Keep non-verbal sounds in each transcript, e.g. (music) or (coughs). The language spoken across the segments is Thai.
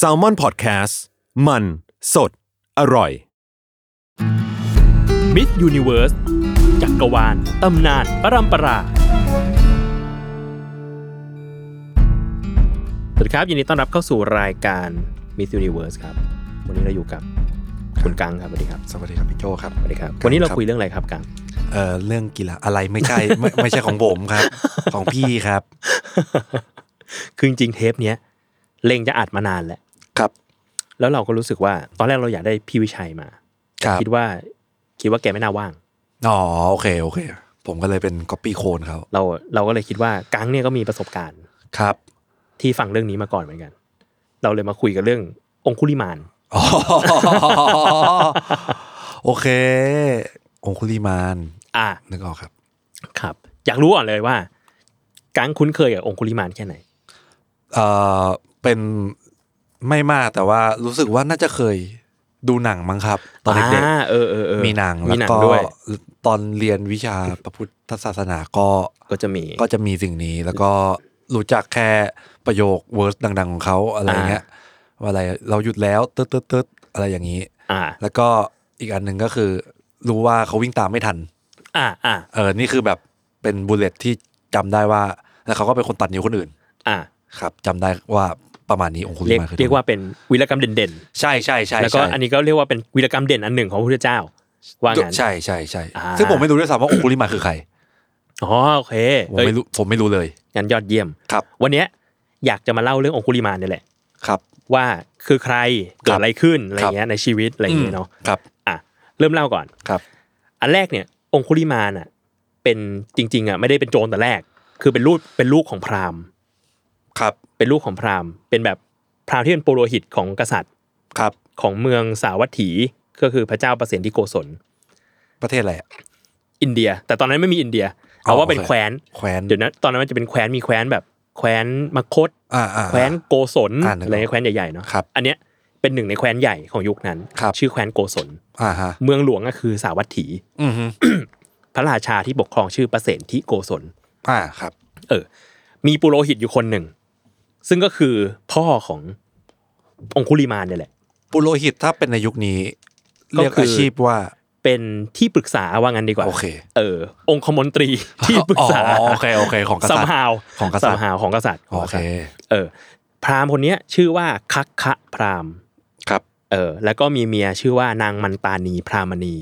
s a l m o n PODCAST มันสดอร่อย มิสยูนิเวิร์สจักรวาล ตำนาน ปรัมปรา สวัสดีครับยินดีต้อนรับเข้าสู่รายการมิสยูนิเวิร์สครับ วันนี้เราอยู่กับคุณกังครับสวัสดีครับ สวัสดีครับพี่โจครับ สวัสดีครับ ครับ วันนี้เรา ครับ คุยเรื่องอะไรครับกัง (laughs) เอ่อเรื่องกีฬาอะไรไม่ใช่ (laughs) ไม่ไม่ใช่ของผม (laughs) ครับ ของพี่ครับ คือจริงๆเทปเนี้ยเลงจะอัดมานานแล้ว ครับ แล้วเราก็รู้สึกว่าตอนแรกเราอยากได้พี่วิชัยมา ครับ คิดว่าคิดว่าแกไม่น่าว่าง อ๋อโอเคโอเค ผมก็เลยเป็นก๊อปปี้โคนเขา เราเราก็เลยคิดว่ากังเนี่ยก็มีประสบการณ์ ครับ ที่ฟังเรื่องนี้มาก่อนเหมือนกัน เราเลยมาคุยกันเรื่ององคุลิมาน อ๋ (laughs) อโอเค องคุลิมาน อ่ะ นึกออกครับ ครับอยากรู้ก่อนเลยว่ากังคุ้นเคยกับองคุลิมานแค่ไหน เอ่อเป็นไม่มากแต่ว่ารู้สึกว่าน่าจะเคยดูหนังมั้งครับ ตอนเด็ก อ่าเออเออเออ ๆมีหนัง มี แล้ว หนัง ก็ ด้วย ตอนเรียนวิชาพระพุทธศาสนาก็ ก็จะมี ก็จะมีสิ่งนี้แล้วก็รู้จักแค่ประโยคเวิร์สดัง ๆ ของเขาอะไรเงี้ยว่าอะไรเราหยุดแล้วตึ๊ดตึ๊ดตึ๊ดอะไรอย่างนี้ อ่า แล้วก็อีกอันหนึ่งก็คือ รู้ว่าเขาวิ่งตามไม่ทัน อ่าอ่า เออนี่คือแบบเป็นบุลเลตที่จำได้ว่า แล้วเขาก็เป็นคนตัดนิ้วคนอื่น อ่า ครับจำได้ว่าประมาณนี้องคุลิ เรียก มาคือ เรียกว่าเป็นวีรกรรมเด่น ใช่ใช่ใช่ ๆ แล้วก็ ใช่ อันนี้ก็เรียกว่าเป็นวีรกรรมเด่นอันหนึ่งของพระพุทธเจ้า ว่างั้น ใช่ใช่ใช่ อ่า ซึ่งผมไม่รู้ด้วยซ้ำว่าองคุลิมาคือใคร อ๋อโอเค ผม เอ้ย ไม่รู้ผมไม่รู้เลย งั้นยอดเยี่ยม ครับ วันเนี้ยอยากจะมาเล่าเรื่ององคุลิมานเนี่ยแหละ ครับ ว่าคือใครเกิดอะไรขึ้นอะไร ครับ เงี้ยในชีวิตอะไรอย่างเงี้ยเนาะ ครับ อ่ะเริ่มเล่าก่อน ครับ อันแรกเนี่ยองคุลิมานอ่ะเป็นจริงๆอ่ะไม่ได้เป็นโจรแต่แรก คือเป็นลูกเป็นลูกของพราหมณ์ ครับ เป็นลูกของพราหมณ์ เป็นแบบพราหมณ์ที่เป็นปุโรหิตของกษัตริย์ ครับ ของเมืองสาวัตถี ก็คือพระเจ้าประเสนที่โกศล ประเทศอะไรอะ อินเดีย แต่ตอนนั้นไม่มีอินเดีย เอาว่าเป็น โอเค แคว้น แคว้น เดี๋ยวนะตอนนั้นมันจะเป็นแคว้นมีแคว้นแบบแคว้นมคต อ่าอ่า แคว้นโกศล อ่านึกออก อะไรเงี้ยแคว้นใหญ่ๆเนาะ ครับ อันเนี้ยเป็นหนึ่งในแคว้นใหญ่ของยุคนั้น ครับ ชื่อแคว้นโกศล อ่าฮะ เมืองหลวงก็คือสาวัตถี อือฮึ พระราชาที่ปกครองชื่อประเสนที่โกศล อ่าครับ เออ มีปุโรหิตอยู่คนหนึ่ง ซึ่งก็คือพ่อขององคุลิมานเนี่ยแหละ ปุโรหิตถ้าเป็นในยุคนี้ ก็ เรียก คืออ อาชีพว่า เป็นที่ปรึกษาว่างั้นดีกว่า โอเค เออ องคมนต (laughs) รี ที่ปรึกษา อ๋อโอเคโอเคของกษัตริย์ สมหาว ของกษัตริย์ สมหาวของกษัตริย์ โอเค เออ พราหมณ์คนเนี้ยชื่อว่าคัคคะพราหมณ์ ครับ เออ แล้วก็มีเมียชื่อว่านางมันตานีพรามณี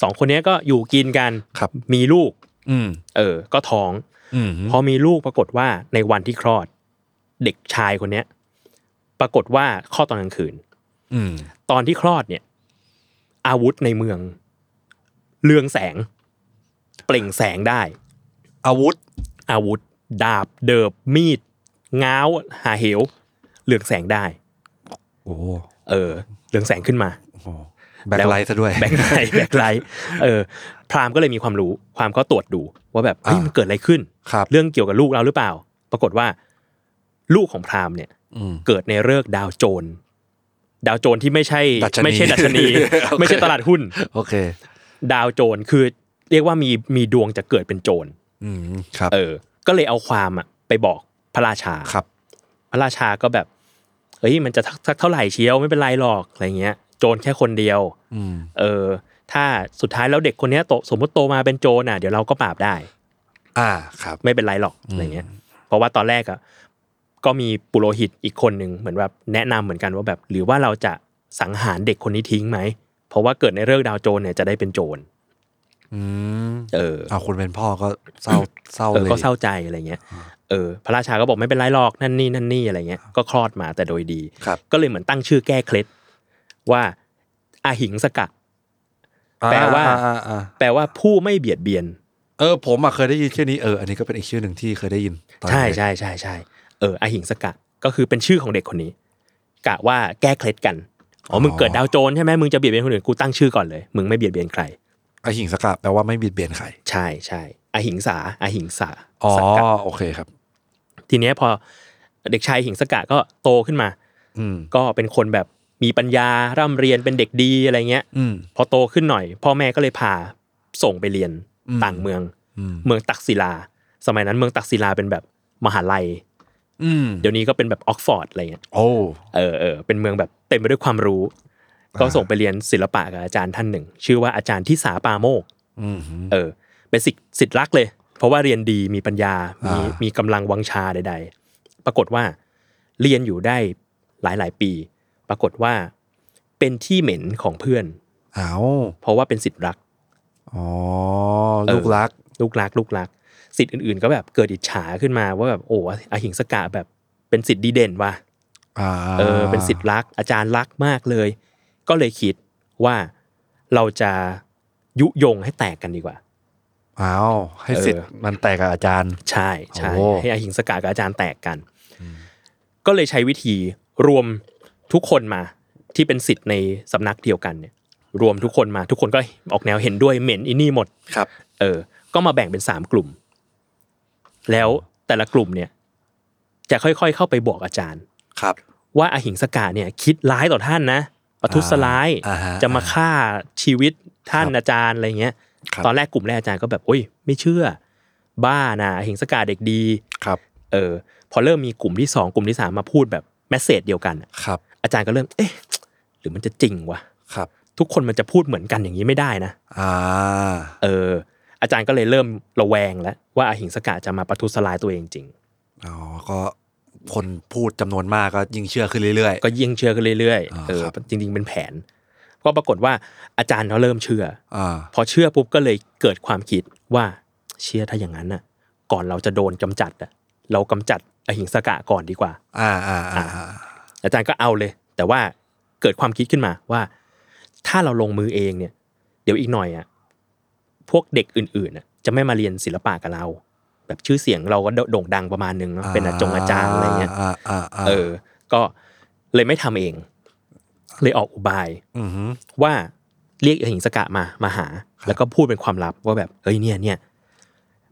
สองคนเนี้ยก็อยู่กินกัน ครับ มีลูก อืม เออ ก็ท้อง อืม พอมีลูกปรากฏว่าในวันที่คลอด เด็กชายคนเนี้ย ปรากฏว่าคลอดตอนกลางคืน อืม ตอนที่คลอดเนี่ย อาวุธในเมือง เรืองแสง เปล่งแสงได้ อาวุธ อาวุธ ดาบ เดิบ มีด ง้าว หาเหวเรืองแสงได้ โอ้โ เออ เรืองแสงขึ้นมา หแบ็คไลท์ซะด้วย แบกไลท์แบกไลท์เออ พราหมณ์ก็เลยมีความรู้ ความก็ตรวจดู ว่าแบบเฮ้ย อ่ามั มันเกิดอะไรขึ้น ครับ เรื่องเกี่ยวกับลูกเราหรือเปล่า ปรากฏว่า ลูกของพราหมณ์เนี่ย อืม เกิดในฤกษ์ดาวโจร ดาวโจรที่ไม่ใช่ ดัชนี ไม่ใช่ดัช (laughs) นี โอเค ไม่ใช่ตลาดหุ้น โอเค ดาวโจรคือเรียกว่ามีมีดวงจะเกิดเป็นโจร อืมครับ เออ ก็เลยเอาความอ่ะไปบอกพระราชา ครับ พระราชาก็แบบเฮ้ยมันจะสักสักเท่าไหร่เชียวไม่เป็นไรหรอกอะไรเงี้ย โจรแค่คนเดียว อืม เออ ถ้าสุดท้ายแล้วเด็กคนเนี้ยโตสมมติโตมาเป็นโจรน่ะเดี๋ยวเราก็ปราบได้ อ่าครับ ไม่เป็นไรหรอกอะไรเงี้ย เพราะว่าตอนแรกอ่ะก็มีปุโรหิตอีกคนหนึ่งเหมือนแบบแนะนำเหมือนกันว่าแบบ หรือว่าเราจะสังหารเด็กคนนี้ทิ้งไหมเพราะว่าเกิดในเรื่องดาวโจรเนี่ยจะได้เป็นโจร อืม เออ เอาคนเป็นพ่อก็เศร้าเศร้า เออ เลย ก็เศร้าใจอะไรเงี้ย เออ พระราชาก็บอกไม่เป็นไรหรอกนั่นนี่นั่นนี่อะไรเงี้ย ก็คลอดมาแต่โดยดี ครับ ก็เลยเหมือนตั้งชื่อแก้เคล็ดว่าอาหิงสกะ แปลว่า อ่อ่อ่า แปลว่าผู้ไม่เบียดเบียน เออ ผมอะเคยได้ยินชื่อนี้เอออันนี้ก็เป็นอีกชื่อหนึ่งที่เคยได้ยินตอน ใช่ เด็ก ใช่ใช่ใช่เอออาหิงสกะ ก็คือเป็นชื่อของเด็กคนนี้กะว่าแก้เคล็ดกันอ๋อมึง อ๋อ เกิดดาวโจรใช่ไหมมึงจะเบียดเบียนคนอื่นกูตั้งชื่อก่อนเลยมึงไม่เบียดเบียนใคร ไอหิงสกัดแปลว่าไม่เบียดเบียนใคร ใช่ใช่อหิงสาอหิงสา อ๋อ สักกะ โอเคครับ ทีเนี้ยพอเด็กชายหิงสกะก็โตขึ้นมา อืม ก็เป็นคนแบบมีปัญญาร่ำเรียนเป็นเด็กดีอะไรเงี้ย อืม พอโตขึ้นหน่อย พ่อแม่ก็เลยพาส่งไปเรียน อืม ต่างเมือง อืม เมืองตักศิลา สมัยนั้นเมืองตักศิลาเป็นแบบมหาลัย อืม เดี๋ยวนี้ก็เป็นแบบออกฟอร์ดอะไรเงี้ย โอ้ เออเออเป็นเมืองแบบเต็มไปด้วยความรู้ ก็ส่งไปเรียนศิลปะกับอาจารย์ท่านหนึ่ง ชื่อว่าอาจารย์ที่สาปาโมก อืมหืม เออเป็นสิทธิ์สิทธิ์รักเลย เพราะว่าเรียนดีมีปัญญา มี อ่ามี มีกำลังวังชาใด ๆ ปรากฏว่าเรียนอยู่ได้หลายๆ ปี ปรากฏว่าเป็นที่เหม็นของเพื่อน เอา เพราะว่าเป็นสิทธิ์รัก อ๋อ เออ ลูกรัก ลูกรักลูกรักสิทธิ์อื่นๆ ก็แบบเกิดอิจฉาขึ้นมาว่าแบบโอ้อาหิงสกาแบบเป็นสิทธิ์ดีเด่นว่ะ อ่า เออเป็นสิทธิ์รักอาจารย์รักมากเลย ก็เลยคิดว่าเราจะยุยงให้แตกกันดีกว่า เอาให้สิทธิ์มันแตกกับอาจารย์ ใช่ใช่ โอ้ ให้อาหิงสกากับอาจารย์แตกกัน ก็เลยใช้วิธีรวมทุกคนมาที่เป็นสิทธิ์ในสำนักเดียวกันเนี่ย รวมทุกคนมาทุกคนก็ออกแนวเห็นด้วยเหม็นอินี่หมด ครับ เออ ก็มาแบ่งเป็นสามกลุ่ม แล้วแต่ละกลุ่มเนี่ย จะค่อยๆเข้าไปบอกอาจารย์ ครับ ว่าอาหิงสกาเนี่ย คิดร้ายต่อท่านนะประทุษร้าย อ่าฮะ จะมาฆ่าชีวิตท่าน ครับ อาจารย์อะไรเงี้ย ครับ ตอนแรกกลุ่มแรกอาจารย์ก็แบบโอ้ยไม่เชื่อ บ้านะอาหิงสกาเด็กดี ครับ เออพอเริ่มมีกลุ่มที่สองกลุ่มที่สามมาพูดแบบแมสเซจเดียวกันอะ ครับ อาจารย์ก็เริ่มเอ๊ะหรือมันจะจริงวะ ครับ ทุกคนมันจะพูดเหมือนกันอย่างนี้ไม่ได้นะ อ่า เอออาจารย์ก็เลยเริ่มระแวงแล้วว่าอาหิงสกาจะมาประทุษร้ายตัวเองจริง อ๋อก็คนพูดจำนวนมากก็ยิ่งเชื่อขึ้นเรื่อย ก็ยิ่งเชื่อกันเรื่อย อ่า ๆเออ ครับ จริงๆเป็นแผน ก็ปรากฏว่าอาจารย์เขาเริ่มเชื่อ ๆอ่า พอเชื่อปุ๊บก็เลยเกิดความคิดว่าเชื่อถ้าอย่างนั้นน่ะ ก่อนเราจะโดนกำจัดอะเรากำจัดอหิงสกะก่อนดีกว่า อ่าอ่าอ่า อาจารย์ก็เอาเลย แต่ว่าเกิดความคิดขึ้นมาว่า ถ้าเราลงมือเองเนี่ย เดี๋ยวอีกหน่อยอ่ะพวกเด็กอื่นๆน่ะจะไม่มาเรียนศิลปะกับเรา แบบชื่อเสียงเราก็โด่งดังประมาณนึงเนาะเป็นอาจงอาจารย์อะไรเงี้ย อ่าอ่าอ่า เออ ก็เลยไม่ทำเอง เลยออกอุบาย อือหือ ว่าเรียกหิงสกะมามาหา ครับ แล้วก็พูดเป็นความลับว่าแบบเอ้ยเนี่ยเนี่ย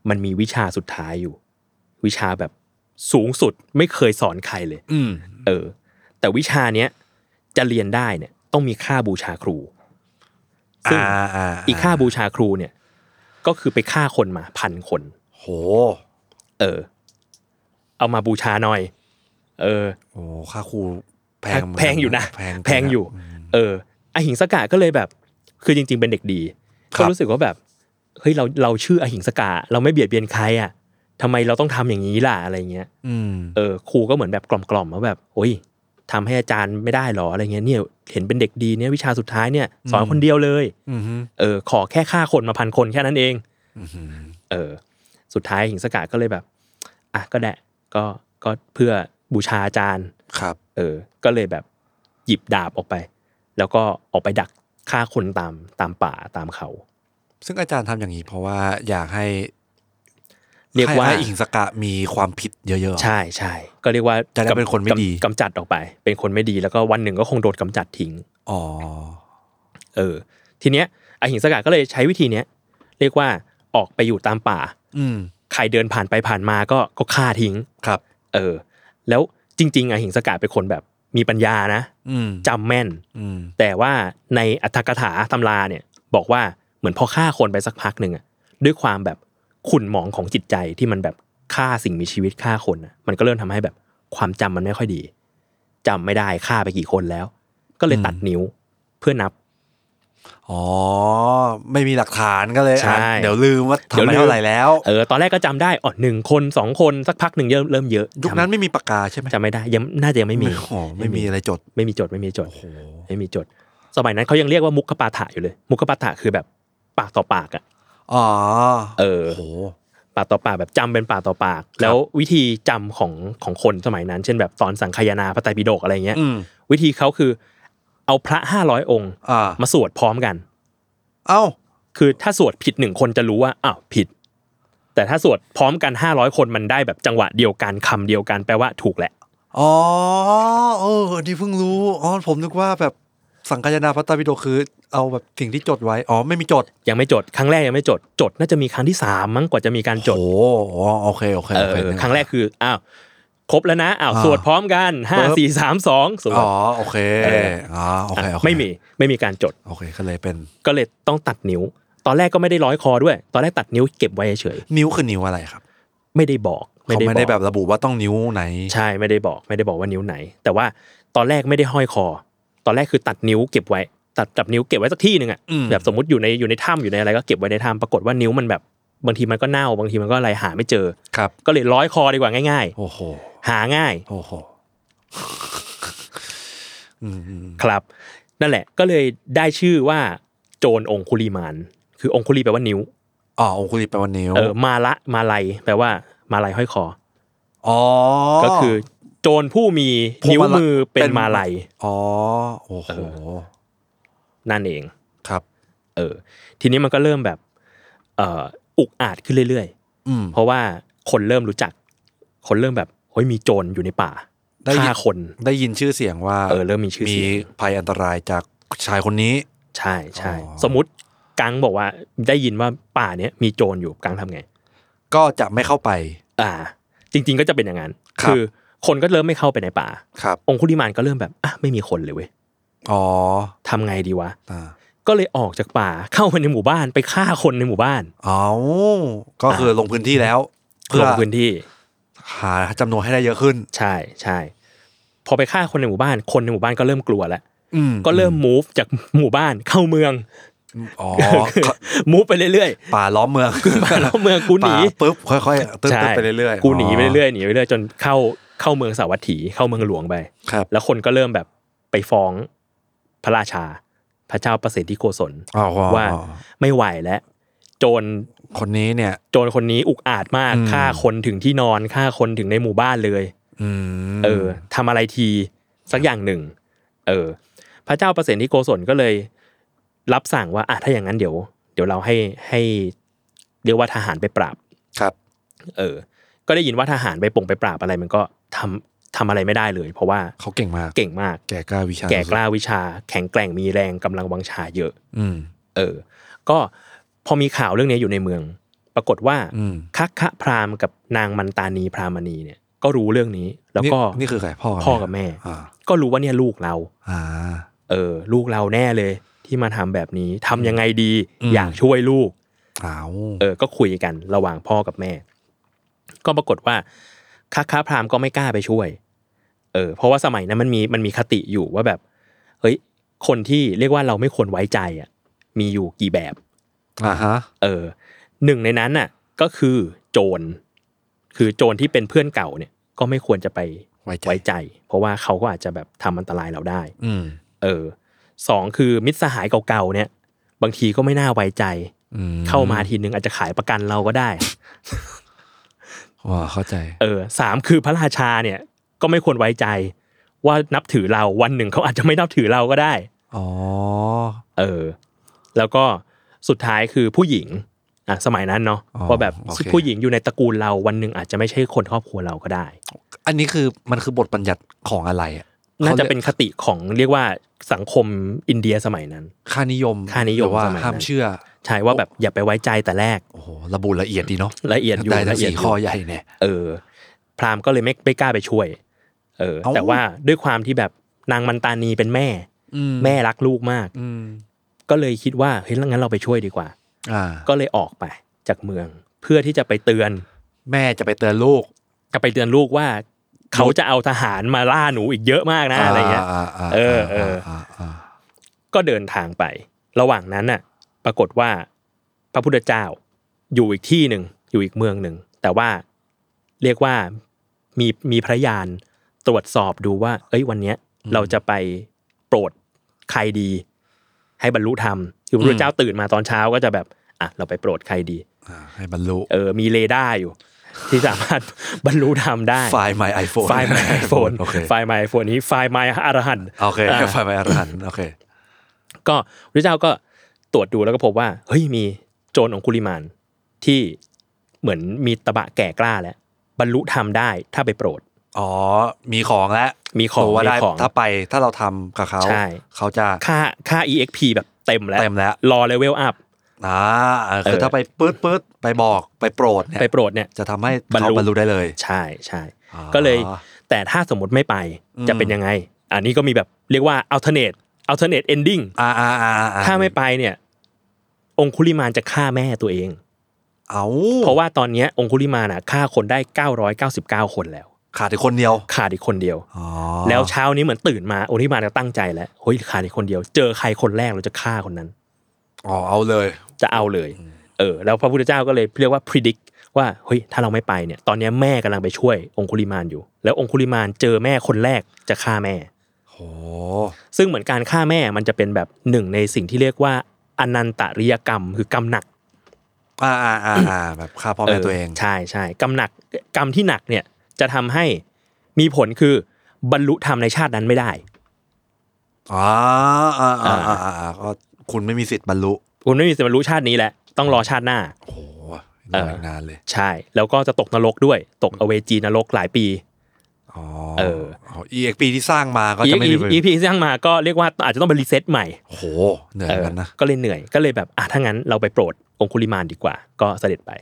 มันมีวิชาสุดท้ายอยู่ วิชาแบบสูงสุดไม่เคยสอนใครเลย อืม เออ แต่วิชาเนี้ยจะเรียนได้เนี่ยต้องมีค่าบูชาครู ซึ่ง อ่าา อีกค่าบูชาครูเนี่ย ก็คือไปฆ่าคนมาพันคน โห เออ เอามาบูชาหน่อย เออ โอ้ค่าครูแพงเหมืกั แพงอยู่นะ แพง แพงอยู่ ม เอออหิงสกาก็เลยแบบ คือจริง ๆ เป็นเด็กดี ครั ก็ บ รู้สึกว่าแบบเฮ้ยเราเราชื่ออหิงสกาเราไม่เบียดเบียนใครอ่ะทำไมเราต้องทำอย่างนี้ล่ะอะไรเงี้ย อืม เออครูก็เหมือนแบบกล่อมๆว่าแบบโอ้ยทำให้อาจารย์ไม่ได้หรออะไรเงี้ยเนี่ยเห็นเป็นเด็กดีเนี่ยวิชาสุดท้ายเนี่ยสอนคนเดียวเลย อือหือ เออขอแค่ฆ่าคนมาพันคนแค่นั้นเอง อือหือ เออ สุดท้ายหิงสกาก็เลยแบบอ่ะก็ได้ก็ก็เพื่อบูชาอาจารย์ ครับ เออ ก็เลยแบบหยิบดาบออกไป แล้วก็ออกไปดักฆ่าคนตามตามป่าตามเขา ซึ่งอาจารย์ทำอย่างนี้เพราะว่าอยากให้ เรียกว่า ให้อิงสกะมีความผิดเยอะๆเหรอ ใช่ใช่ก็เรียกว่า จะได้เป็นคนไม่ดี กำกำจัดออกไป เป็นคนไม่ดีแล้วก็วันหนึ่งก็คงโดนกำจัดทิ้ง อ๋อ เออ ทีเนี้ยอหิงสกาก็เลยใช้วิธีเนี้ยเรียกว่าออกไปอยู่ตามป่า อืม ใครเดินผ่านไปผ่านมาก็ก็ฆ่าทิ้ง ครับ เออ แล้วจริง ๆอหิงสกาเป็นคนแบบมีปัญญานะ อืม จำแม่น อืม แต่ว่าในอัตถกถาตำราเนี่ยบอกว่าเหมือนพอฆ่าคนไปสักพักหนึ่งอะด้วยความแบบขุ่นหมองของจิตใจที่มันแบบฆ่าสิ่งมีชีวิตฆ่าคนอะมันก็เริ่มทำให้แบบความจำมันไม่ค่อยดีจำไม่ได้ฆ่าไปกี่คนแล้ว ก็เลยตัดนิ้วเพื่อนับ อ๋อ ไม่มีหลักฐานก็เลย ใช่ อ่ะเดี๋ยวลืมว่าทำไปเท่าไหร่แล้ว เออตอนแรกก็จำได้อ๋อหนึ่งคนสองคนสักพักหนึ่งเริ่มเริ่มเยอะ ยุคนั้นไม่มีปากกาใช่ไหม จำจำไม่ได้ยังน่าจะยังไม่มี โอ้โหไม่มีอะไรจด ไม่มีจดไม่มีจด โอ้โห ไม่มีจด สมัยนั้นเขายังเรียกว่ามุกปาฐะอยู่เลย มุกปาฐะคือแบบปากต่อปากอะ อ๋อ เออ โอ้โห ปากต่อปากแบบจำเป็นปากต่อปาก แล้ววิธีจำของของคนสมัยนั้น เช่นแบบตอนสังคายนาพระไตรปิฎกอะไรเงี้ย อืม วิธีเขาคือเอาพระห้าร้อยองค์ อ่า มาสวดพร้อมกัน เอ้า คือถ้าสวดผิดหนึ่งคนจะรู้ว่าอ้าวผิด แต่ถ้าสวดพร้อมกันห้าร้อยคนมันได้แบบจังหวะเดียวกันคำเดียวกันแปลว่าถูกแหละ อ๋อเอออันนี้เพิ่งรู้อ๋อผมนึกว่าแบบสังคายนาพัตตาวิโดคือ เอาแบบสิ่งที่จดไว้อ๋อไม่มีจด ยังไม่จดครั้งแรกยังไม่จด จดน่าจะมีครั้งที่สามมั้งกว่าจะมีการจด โอ้โหโอเคโอเค เอ โอ อ เค ครั้งแรกคืออ้าวครบแล้วนะอ้าว อ่า สวดพร้อมกันห้า ปึ๊บ สี่สามสองสวด อ๋อโอเคอ๋อโอเคโอ อ่ะ เค ไม่มีไม่มีการจด โอเคก็เลยเป็น ก็เลยต้องตัดนิ้ว ตอนแรกก็ไม่ได้ร้อยคอด้วย ตอนแรกตัดนิ้วเก็บไว้เฉย นิ้วคือนิ้วอะไรครับ ๆไม่ได้บอก เขาไม่ บ ได้ อก แบบระบุว่าต้องนิ้วไหน ใช่ไม่ได้บอกไม่ได้บอกว่านิ้วไหน แต่ว่าตอนแรกไม่ได้ห้อยคอ ตอนแรกคือตัดนิ้วเก็บไว้ ตัดตัดนิ้วเก็บไว้สักที่หนึ่งอะ อืม แบบสมมติอยู่ในอยู่ในถ้ำอยู่ในอะไรก็เก็บไว้ในถ้ำปรากฏว่านิ้วมันแบบบางทีมันก็เน่าบางทีมันก็อะไรหาไม่เจอ ครับ ก็เลยร้อยคอดีกว่าง่าย โอ้โห ๆ หาง่าย โอ้โห (laughs) อืมอืม ครับ นั่นแหละก็เลยได้ชื่อว่าโจรองคุลีมานคือองคุลีแปลว่านิ้ว อ๋อองคุลีแปลว่านิ้ว เออมาละมาลัยแปลว่ามาลัยห้อยคอ อ๋อ อก็คือโจรผู้มีนิ้วมือเป็น เป็น มาลัย อ๋อโอ้โห นั่นเอง ครับ เออทีนี้มันก็เริ่มแบบเอ่ออุกอาจขึ้นเรื่อย อืม ๆ เพราะว่าคนเริ่มรู้จัก คนเริ่มแบบเฮ้ยมีโจรอยู่ในป่า ได้ยิน ฆ่าคน ได้ยินชื่อเสียงว่า เออเริ่มมีชื่อเสียง ภัยอันตรายจากชายคนนี้ ใช่ใช่ อ๋อ สมมติกังบอกว่าได้ยินว่าป่าเนี้ยมีโจรอยู่กังทำไง ก็จะไม่เข้าไป อ่า จริง ๆ ก็จะเป็นอย่างนั้น ครับ อคนก็เริ่มไม่เข้าไปในป่า ครับ องคุลิมานก็เริ่มแบบอ่ะไม่มีคนเลยเว้ย อ๋อ ทำไงดีวะ อ่า ก็เลยออกจากป่าเข้าไปในหมู่บ้านไปฆ่าคนในหมู่บ้าน เอาก็คือลงพื้นที่แล้ว เพื่ ล อง พื้นที่ หาจำนวนให้ได้เยอะขึ้น ใช่ใช่พอไปฆ่าคนในหมู่บ้าน คนในหมู่บ้านก็เริ่มกลัวแล้ว อืม ก็เริ่ม move จากหมู่บ้านเข้าเมือง อ๋อ (laughs) move ไปเรื่อย ป่าล้อมเมือง ๆป่าแล้วเมืองกูหนี ป่าปุ๊บค่อยๆตึ๊บ ใช่ ตึ๊บไปเรื่อยๆ กูหนีไปเรื่อยๆหนีไปเรื่อยจนเข้าเข้าเมืองสาวัตถีเข้าเมืองหลวงไป ครับ แล้วคนก็เริ่มแบบไปฟ้องพระราชา พระเจ้าประสิทธิโกศล อ๋ออ๋อ ว่า อ๋อ ไม่ไหวแล้วโจร คนนี้เนี่ย โจรคนนี้อุกอาจมาก อืม ฆ่าคนถึงที่นอนฆ่าคนถึงในหมู่บ้านเลย อืม เออทำอะไรทีสักอย่างหนึ่ง เออ พระเจ้าประเสนที่โกศลก็เลย รับสั่งว่าอ่ะถ้าอย่างนั้นเดี๋ยว เดี๋ยวเราให้ให้เรียกว่าทหารไปปราบ ครับ เออ ก็ได้ยินว่าทหารไปปงไปปราบอะไรมันก็ทำทำอะไรไม่ได้เลย เพราะว่า เขาเก่งมาก เก่งมาก แก่กล้าวิชา แก่กล้าวิชา แข็งแกร่งมีแรงกำลังวังชาเยอะ อืม เออ ก็พอมีข่าวเรื่องนี้อยู่ในเมือง ปรากฏว่า อืม คักคะพราหมณ์กับนางมันตานีพราหมณีเนี่ย ก็รู้เรื่องนี้ แล้วก็ นี่นี่คือใครพ่อ พ่อกับแม่ อ่า ก็รู้ว่าเนี่ยลูกเรา อ่า เออ ลูกเราแน่เลยที่มาทำแบบนี้ทำยังไงดี อืม อยากช่วยลูก เอา เออ ก็คุยกันระหว่างพ่อกับแม่ ก็ปรากฏว่าค้าค้าพราหมณ์ก็ไม่กล้าไปช่วย เออ เพราะว่าสมัยนั้นมันมีมันมีคติอยู่ว่าแบบ เฮ้ย คนที่เรียกว่าเราไม่ควรไว้ใจอ่ะ มีอยู่กี่แบบ อ่าฮะ เออ หนึ่งในนั้นน่ะ ก็คือโจร คือโจรที่เป็นเพื่อนเก่าเนี่ย ก็ไม่ควรจะไป ไว้ใจ ไว้ใจ เพราะว่าเขาก็อาจจะแบบทำอันตรายเราได้ อืม เออสองคือมิตรสหายเก่าๆเนี่ย บางทีก็ไม่น่าไว้ใจ อืม เข้ามาทีนึงอาจจะขายประกันเราก็ได้ อ๋อเข้าใจ เออสามคือพระราชาเนี่ยก็ไม่ควรไว้ใจ ว่านับถือเราวันหนึ่งเขาอาจจะไม่นับถือเราก็ได้ อ๋อ เออ แล้วก็สุดท้ายคือผู้หญิงอ่ะสมัยนั้นเนาะ อ๋อ ว่าแบบ โอเค ผู้หญิงอยู่ในตระกูลเราวันหนึ่งอาจจะไม่ใช่คนครอบครัวเราก็ได้ อันนี้คือมันคือบทบัญญัติของอะไรอ่ะ น่าจะเป็นคติของเรียกว่าสังคมอินเดียสมัยนั้น ค่านิยม ค่านิยม หรือว่า สมัยนั้น ห้ามเชื่อ ใช่ว่าแบบอย่าไปไว้ใจแต่แรก โอ้โห ระบุละเอียดดีเนาะ ละเอียดอยู่ ได้ทั้งละเอียด สี่ อยู่ ข้อใหญ่เนี่ย เออพราหมณ์ก็เลยไม่ไม่กล้าไปช่วย เออ เอ้า แต่ว่าด้วยความที่แบบนางมันตานีเป็นแม่ อื แม่รักลูกมาก อืม ก็เลยคิดว่าเฮ้ยแล้วงั้นเราไปช่วยดีกว่า อ่า ก็เลยออกไปจากเมือง เพื่อที่จะไปเตือน แม่จะไปเตือนลูก ก็ไปเตือนลูกว่า เขาจะเอาทหารมาล่าหนูอีกเยอะมากนะอะไรเงี้ย าาา เออเออ าาา ก็เดินทางไป ระหว่างนั้นน่ะ ปรากฏว่าพระพุทธเจ้าอยู่อีกที่หนึ่งอยู่อีกเมืองหนึ่ง แต่ว่าเรียกว่ามีมีพระยานตรวจสอบดูว่า เอ้ยวันเนี้ยเราจะไปโปรดใครดี ให้บรรลุธรรมคือพระพุทธเจ้าตื่นมาตอนเช้าก็จะแบบอ่ะเราไปโปรดใครดี อ่าให้บรรลุ เออมีเรดาร์อยู่ ที่สามารถ บรรลุธรรมได้ ไฟล์ my iPhone ไฟล์ไมไอโฟน (laughs) โอเค ไฟล์ไมไอโฟนนี้ไฟล์ไมอรหันต์ โอเค อ่า ไฟล์ my อรหันต์โอเค ก็พระเจ้าก็ตรวจดูแล้วก็พบว่าเฮ้ยมีโจรของคุลิมานที่เหมือนมีตะบะแก่กล้าแล้วบรรลุธรรมได้ถ้าไปโปรด อ๋อ มีของแล้ว มีของ ตัวว่าได้ มีของ ถ้าไปถ้าเราทำกับเขา ใช่ เขาจะ ค่าค่า exp แบบเต็มแล้ว เต็มแล้ว รอเลเวลอัพ อ่าเออคือ เออ ถ้าไปปื๊ดปื๊ดไปบอกไปโปรดเนี่ย ไปโปรดเนี่ย จะทำให้ บรรลุ เขาบรรลุได้เลย ใช่ใช่ อ๋อ ก็เลยแต่ถ้าสมมติไม่ไป อืม จะเป็นยังไง อันนี้ก็มีแบบเรียกว่า alternate alternate ending อ่าอ่าอ่าอ่ ถ้าไม่ไปเนี่ย องคุลิมานจะฆ่าแม่ตัวเอง เอา เพราะว่าตอนเนี้ยองคุลิมานอะฆ่าคนได้ 999 คนแล้ว ขาดอีกคนเดียว ขาดอีกคนเดียว อ๋อ แล้วเช้านี้เหมือนตื่นมาองคุลิมานจะตั้งใจแล้วเฮ้ยขาดอีกคนเดียว เจอใครคนแรกเราจะฆ่าคนนั้น อ๋อเอาเลย จะเอาเลย เออ แล้วพระพุทธเจ้าก็เลยเรียกว่า predict ว่า เฮ้ย ถ้าเราไม่ไปเนี่ย ตอนเนี้ยแม่กำลังไปช่วยองคุลิมานอยู่ แล้วองคุลิมานเจอแม่คนแรกจะฆ่าแม่ โห ซึ่งเหมือนการฆ่าแม่มันจะเป็นแบบหนึ่งในสิ่งที่เรียกว่าอนันตริยกรรม คือกรรมหนัก อ่าอ่าอ่าอ่าแบบฆ่าพ่อแม่ตัวเอง ใช่ใช่กรรมหนักกรรมที่หนักเนี่ยจะทำให้มีผลคือบรรลุธรรมในชาตินั้นไม่ได้ อ๋ออ่าอ่าอ่าอ่าก็คุณไม่มีสิทธิ์บรรลุ คุณไม่มีสิทธิ์บรรลุชาตินี้แหละต้องรอชาติหน้า โอ้โห เออ นานเลย ใช่ แล้วก็จะตกนรกด้วย ตกอเวจีนรกหลายปี อ๋อ เออ อีเอ็กปีที่สร้างมาก็จะไม่มี อีพีที่สร้างมาก็เรียกว่าอาจจะต้องไปรีเซ็ตใหม่ โอ้โหเหนื่อยเหมือนกันนะ เออก็เลยเหนื่อยก็เลยแบบอ่ะถ้างั้นเราไปโปรดองคุลิมานดีกว่า ก็เสด็จไป ไ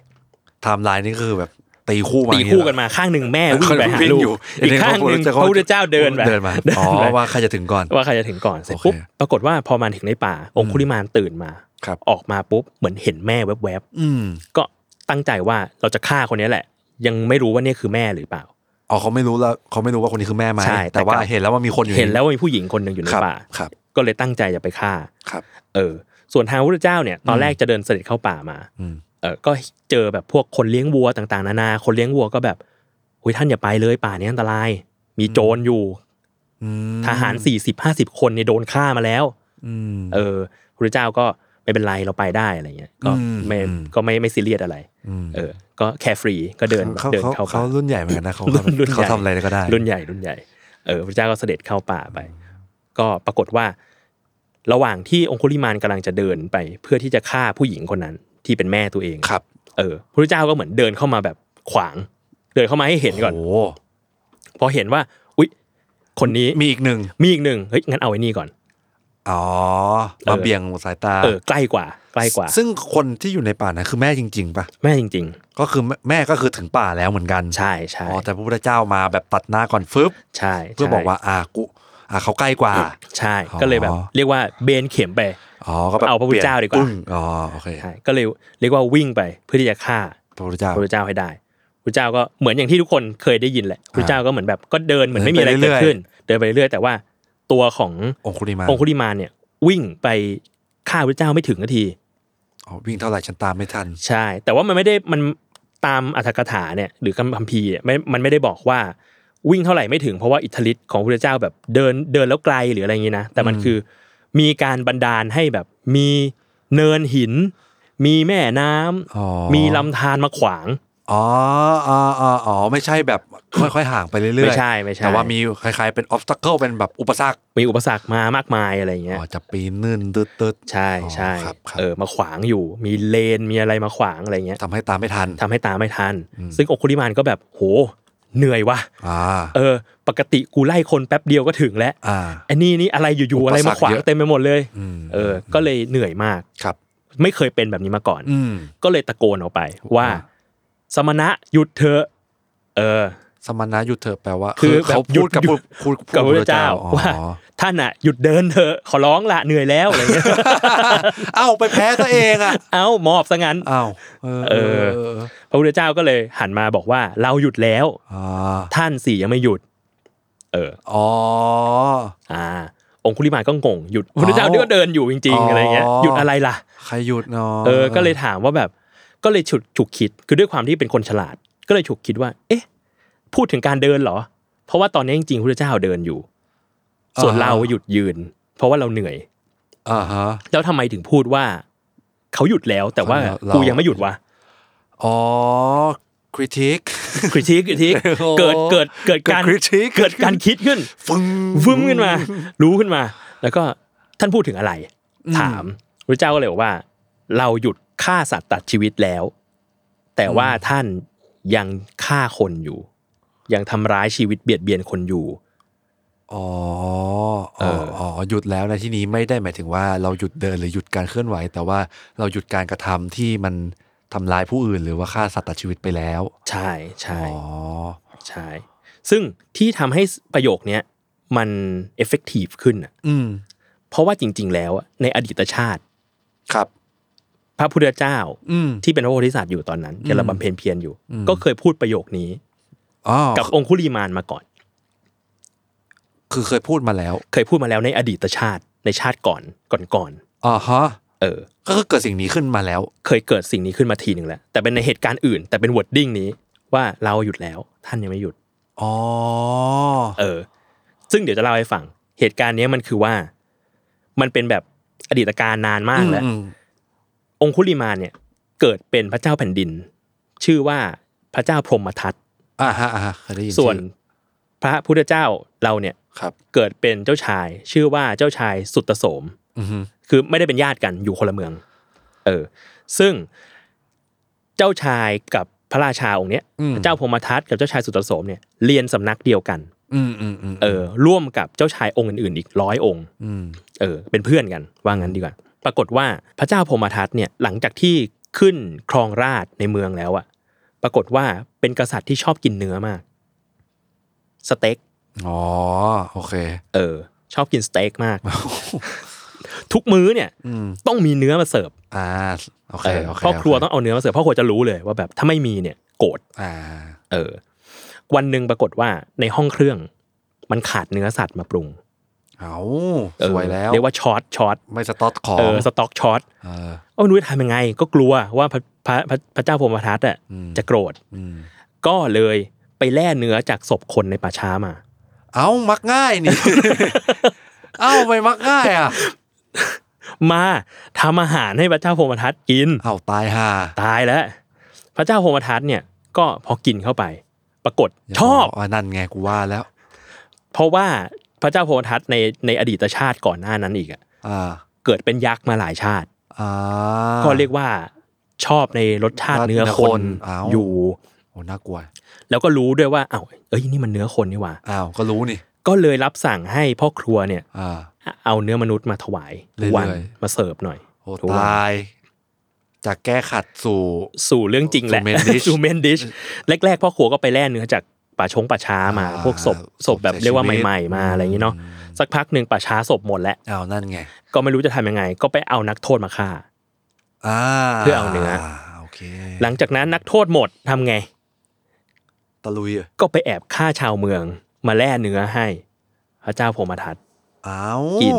ทม์ไลน์นี่คือแบบตีคู่มา ตีคู่กันมาข้างหนึ่งแม่ อย่ง วิ่ง เงี้ยเหรอไปหา วิ่ง ลูก อยู่ อีกข้างหนึ่งพระพุทธเจ้าเดินไป เดินมาอ๋อว่าใครจะถึงก่อน ว่าใครจะถึงก่อนเสร็จปุ๊บ โอเค ปรากฏว่าพอมาถึงในป่า องคุลิมานตื่นมา ครับ ออกมาปุ๊บเหมือนเห็นแม่แวบ อืม ๆก็ตั้งใจว่าเราจะฆ่าคนนี้แหละ ยังไม่รู้ว่าเนี่ยคือแม่หรือเปล่า อ๋อเขาไม่รู้แล้วเขาไม่รู้ว่าคนนี้คือแม่ไหม ใช่แต่ แต่ว่า ก็ เห็นแล้วว่ามีคนอยู่ เห็นแล้วว่ามีผู้หญิงคนหนึ่งอยู่ใน ครับ ป่า ครับ ก็เลยตั้งใจจะไปฆ่า ครับ เออ ส่วนทางพระพุทธเจ้าเนี่ยตอนแรกจะเดินเสด็จเข้าป่ามา อืม เออก็เจอแบบพวกคนเลี้ยงวัวต่างๆ นานา คนเลี้ยงวัวก็แบบหุยท่านอย่าไปเลยป่านี้อันตราย มีโจรอยู่ อืม ทหารสี่สิบห้าสิบคนเนี่ยโดนฆ่ามาแล้ว อืม เออพระเจ้าก็ไม่เป็นไรเราไปได้อะไรเงี้ย ก็ อืม ไม่ อืม ก็ไม่ไม่ซีเรียสอะไร ม เออ ก็แคร์ฟรีก็เดิน เขา เดิน เขา เข้า เขา ป่า รุ่นใหญ่เหมือนกันนะเขา (laughs) รุ่นรุ่นใหญ่ เขาทำอะไรก็ได้ รุ่นใหญ่รุ่นใหญ่ เออพระเจ้าก็เสด็จเข้าป่าไป ก็ปรากฏว่า ระหว่างที่องคุลิมานกำลังจะเดินไป เพื่อที่จะฆ่าผู้หญิงคนนั้นที่เป็นแม่ตัวเอง ครับ เออพระเจ้าก็เหมือนเดินเข้ามาแบบขวาง เดินเข้ามาให้เห็นก่อน โอ้โ พอเห็นว่า อุ๊ย คนนี้ หมีอีกหนึ่ง มีอีกหนึ่งเฮ้ยงั้นเอาไอ้นี่ก่อน อ๋อ เอ มา อ เบี่ยงสายตา เออใกล้กว่า ใกล้กว่า ซึ่งคนที่อยู่ในป่านะคือแม่จริง ๆปะ แม่จริง ก็คือแม่แม่ก็คือถึงป่าแล้วเหมือนกัน ๆ ใช่ใช่ อ๋อแต่พระพุทธเจ้ามาแบบตัดหน้าก่อนฟึบ ใช่ เพื่อบอกว่าอ่ากูอ่าเขาใกล้กว่า ใช่ อ๋อ ก็เลยแบบ เรียกว่าเบนเข็มไป อ๋อก็แบบ เอาพระพุทธเจ้าดีกปว่าลี่ยนปึ้งอ๋อโอเค ใช่ก็เลยเรียกว่าวิ่งไปเพื่อที่จะฆ่า พระพุทธเจ้า พระเจ้าให้ได้พระเจ้าก็เหมือนอย่างที่ทุกคนเคยได้ยินแหละพระเจ้าก็เหมือนแบบก็เดินเหมือนไม่มีอะไร เดินไปเรื่อยเกิดขึ้น เดินไปเรื่อยแต่ว่าตัวของ องคุริมา องคุลิมานเนี่ย วิ่งไปฆ่าพระเจ้าไม่ถึงนาที อ๋อวิ่งเท่าไหร่ฉันตามไม่ทัน ใช่ แต่ว่ามันไม่ได้มันตามอัธกถาเนี่ยหรือคำคัมภีร์เนี่ยไม่มันไม่ได้บอกว่าวิ่งเท่าไหร่ไม่ถึงเพราะว่าอิทธิฤทธิ์ของพระเจ้าแบบเดินเดินแล้วไกลหรืออะไรอย่างนี้นะแต่มันคือมีการบันดาลให้แบบมีเนินหิน มีแม่น้ำ อ๋อ มีลำธารมาขวาง อ๋ออ๋ออ๋ออ๋อไม่ใช่แบบ ค่อยๆห่างไปเรื่อยๆ ไม่ใช่ไม่ใช่ แต่ว่ามีคล้ายๆเป็นออฟสตัคเกิลเป็นแบบอุปสรรค มีอุปสรรคมามากมายอะไรอย่างเงี้ย อ๋อจะปีนนื่นตึ๊ดตึ๊ด ใช่ใช่ อ๋อครับครับ เออมาขวางอยู่ มีเลนมีอะไรมาขวางอะไรอย่างเงี้ย ทำให้ตามไม่ทัน ทำให้ตามไม่ทัน ซึ่งองคุลิมานก็แบบโหเหนื่อยว่ะ อ่า เออ ปกติกูไล่คนแป๊บเดียวก็ถึงแล้ว อ่า ไอันนี้นี่อะไรอยู่ อุ ๆ ปสรรค อะไรมาขวาง เยอะ เต็มไปหมดเลย ม เออ ก็เลยเหนื่อยมาก ครับ ไม่เคยเป็นแบบนี้มาก่อน อืม ก็เลยตะโกนออกไปว่า อ่า สมณะหยุดเถอะ เออ สมณะหยุดเถอะแปลว่า คือแบบ เขาพูดกับ หยุ พู ด ดพูด กับพระเจ้า อ๋อ ว่า ท่านอ่ะหยุดเดินเถอะ ขอร้องละเหนื่อยแล้วอะไรเงี้ย (laughs) เอ้าไปแพ้ตัวเองอ่ะ เอ้ามอบซะงั้น เอ้าเออ เออ พระพุทธเจ้าก็เลยหันมาบอกว่าเราหยุดแล้ว อ่า ท่านสี่ยังไม่หยุด เออ อ๋อ อ่า องคุลิมานก็งงหยุดพระพุทธเจ้านี่ก็เดินอยู่จริง ๆอะไรเงี้ย อ๋อ หยุดอะไรล่ะ ใครหยุดเนาะ เออ ก็เลยถามว่าแบบ ก็เลยฉุดฉุกคิด คือด้วยความที่เป็นคนฉลาด ก็เลยฉุกคิดว่า เอ๊ะ พูดถึงการเดินเหรอ เพราะว่าตอนนี้จริงๆพระเจ้าเดินอยู่ ส่วนเราหยุดยืน เพราะว่าเราเหนื่อย อ่าฮะ แล้วทำไมถึงพูดว่า เขาหยุดแล้วแต่ว่า เราเรากู กูยังไม่หยุดวะ อ๋อคริติก คริทิกคริทิก โอ้ เกิดเกิดเกิดการ เกิด critique เกิดการคิดขึ้น ฟึ้ง ฟึ้มขึ้นมา รู้ขึ้นมา แล้วก็ท่านพูดถึงอะไร อืม ถามพระเจ้าก็เลยบอกว่า เราหยุดฆ่าสัตว์ตัดชีวิตแล้ว แต่ว่าท่านยังฆ่าคนอยู่ ยังทำร้ายชีวิตเบียดเบียนคนอยู่ อ๋ออ๋ออ๋อหยุดแล้วในที่นี้ไม่ได้หมายถึงว่าเราหยุดเดินหรือหยุดการเคลื่อนไหว แต่ว่าเราหยุดการกระทำที่มันทำร้ายผู้อื่น หรือว่าฆ่าสัตว์ตัดชีวิตไปแล้ว ใช่ใช่ อ๋อ ใช่ ซึ่งที่ทำให้ประโยคเนี้ยมันเอฟเฟกตีฟขึ้นน่ะ อืม เพราะว่าจริง ๆ แล้วอะในอดีตชาติ ครับ พระพุทธเจ้า อืม ที่เป็นพระโพธิสัตว์อยู่ตอนนั้นกำลังบำเพ็ญเพียรอยู่ อืม ก็เคยพูดประโยคนี้ อ๋อ กับองคุลีมานมาก่อน คือเคยพูดมาแล้ว เคยพูดมาแล้วในอดีตชาติในชาติก่อนก่อนก่อน อ๋อฮะ ๆเออ ก็คือเกิดสิ่งนี้ขึ้นมาแล้ว เคยเกิดสิ่งนี้ขึ้นมาทีหนึ่งแล้ว แต่เป็นในเหตุการณ์อื่น แต่เป็นวอร์ดดิ้งนี้ว่าเราหยุดแล้วท่านยังไม่หยุด อ๋อ เออ ซึ่งเดี๋ยวจะเล่าให้ฟัง เหตุการณ์เนี้ยมันคือว่า มันเป็นแบบอดีตการนานมากแล้ว อืม องคุลิมานเนี่ยเกิดเป็นพระเจ้าแผ่นดิน ชื่อว่าพระเจ้าพรหมทัต อ่าฮะอ่าฮะเคยได้ยิน ส่วน ชื่อ พระพุทธเจ้าเราเนี่ย ครับ เกิดเป็นเจ้าชาย ชื่อว่าเจ้าชายสุตโสม อือฮึ คือไม่ได้เป็นญาติกันอยู่คนละเมือง เออ ซึ่งเจ้าชายกับพระราชาองค์เนี้ย อืม พระเจ้าพรหมทัตกับเจ้าชายสุตโสมเนี่ยเรียนสำนักเดียวกัน อืมอืมอืม เออ ร่วมกับเจ้าชายองค์อื่นๆอีกร้อยองค์ อืม เออเป็นเพื่อนกันว่างั้นดีกว่า ปรากฏว่าพระเจ้าพรหมทัตเนี่ยหลังจากที่ขึ้นครองราชย์ในเมืองแล้วอะปรากฏว่าเป็นกษัตริย์ที่ชอบกินเนื้อมากสเต็ก อ๋อ โอเค (laughs) เออ ชอบกินสเต็กมาก ทุกมื้อเนี่ย อืม ต้องมีเนื้อมาเสิร์ฟ อ่า โอเค เออ โอเค ครอบครัว โเ ต้องเอาเนื้อมาเสิร์ฟพ่อครัวจะรู้เลยว่าแบบถ้าไม่มีเนี่ยโกรธ อ่า เออ วันหนึ่งปรากฏว่าในห้องเครื่อง มันขาดเนื้อสัตว์มาปรุง เอา เออ สวยแล้ว เรียกว่าช็อตช็อต ไม่สต๊อกของ เออสต็อกช็อต เออ เอ้านุ้ยทำยังไงก็กลัวว่าพระพระพระพระเจ้าพรหมทัตอะ อืม จะโกรธ อืม ก็เลยไปแล่เนื้อจากศพคนในป่าช้ามา เอามักง่ายนี่ (laughs) เอ้าไม่มักง่ายอ่ะ มาทำอาหารให้พระเจ้าพรหมทัตกิน เอาตายห่า ตายแล้ว พระเจ้าพรหมทัตเนี่ยก็พอกินเข้าไป ปรากฏชอบ ย่าานั่นไงกูว่าแล้ว เพราะว่าพระเจ้าพรหมทัตในในอดีตชาติก่อนหน้านั้นอีกอะ อ่า เกิดเป็นยักษ์มาหลายชาติ อ่า ก็เรียกว่าชอบในรสชาติเนื้อค เนื้อคน นอ้าว อยู่ โอ้น่ากลัว แล้วก็รู้ด้วยว่าเอ้าเอ้ยนี่มันเนื้อคนนี่หว่า อ้าวก็รู้นี่ ก็เลยรับสั่งให้พ่อครัวเนี่ย อ่า เอาเนื้อมนุษย์มาถวาย เรื่อยๆ วันมาเสิร์ฟหน่อย โอ้ ถูกว่า ตาย จากแก้ขัดสู่ สู่เรื่องจริงแหละ สู่ main dish (laughs) สู่เมนดิชแรกๆพ่อครัวก็ไปแล่เนื้อจากป่าชงป่าช้ามา อ่า พวกศพศพแบบ ศพเสีย เรียกว่า ชีวิต ใหม่ๆมาอะไรอย่างนี้เนาะ อืม สักพักหนึ่งป่าช้าศพหมดแล้ว อ้าวนั่นไง ก็ไม่รู้จะทำยังไง ก็ไปเอานักโทษมาฆ่า อ่า เพื่อเอาเนื้อ โอเค หลังจากนั้นนักโทษหมดทำไง ตะลุยเหรอ ก็ไปแอบฆ่าชาวเมือง มาแล่เนื้อให้ พระเจ้าโพมทัต อ้าว กิน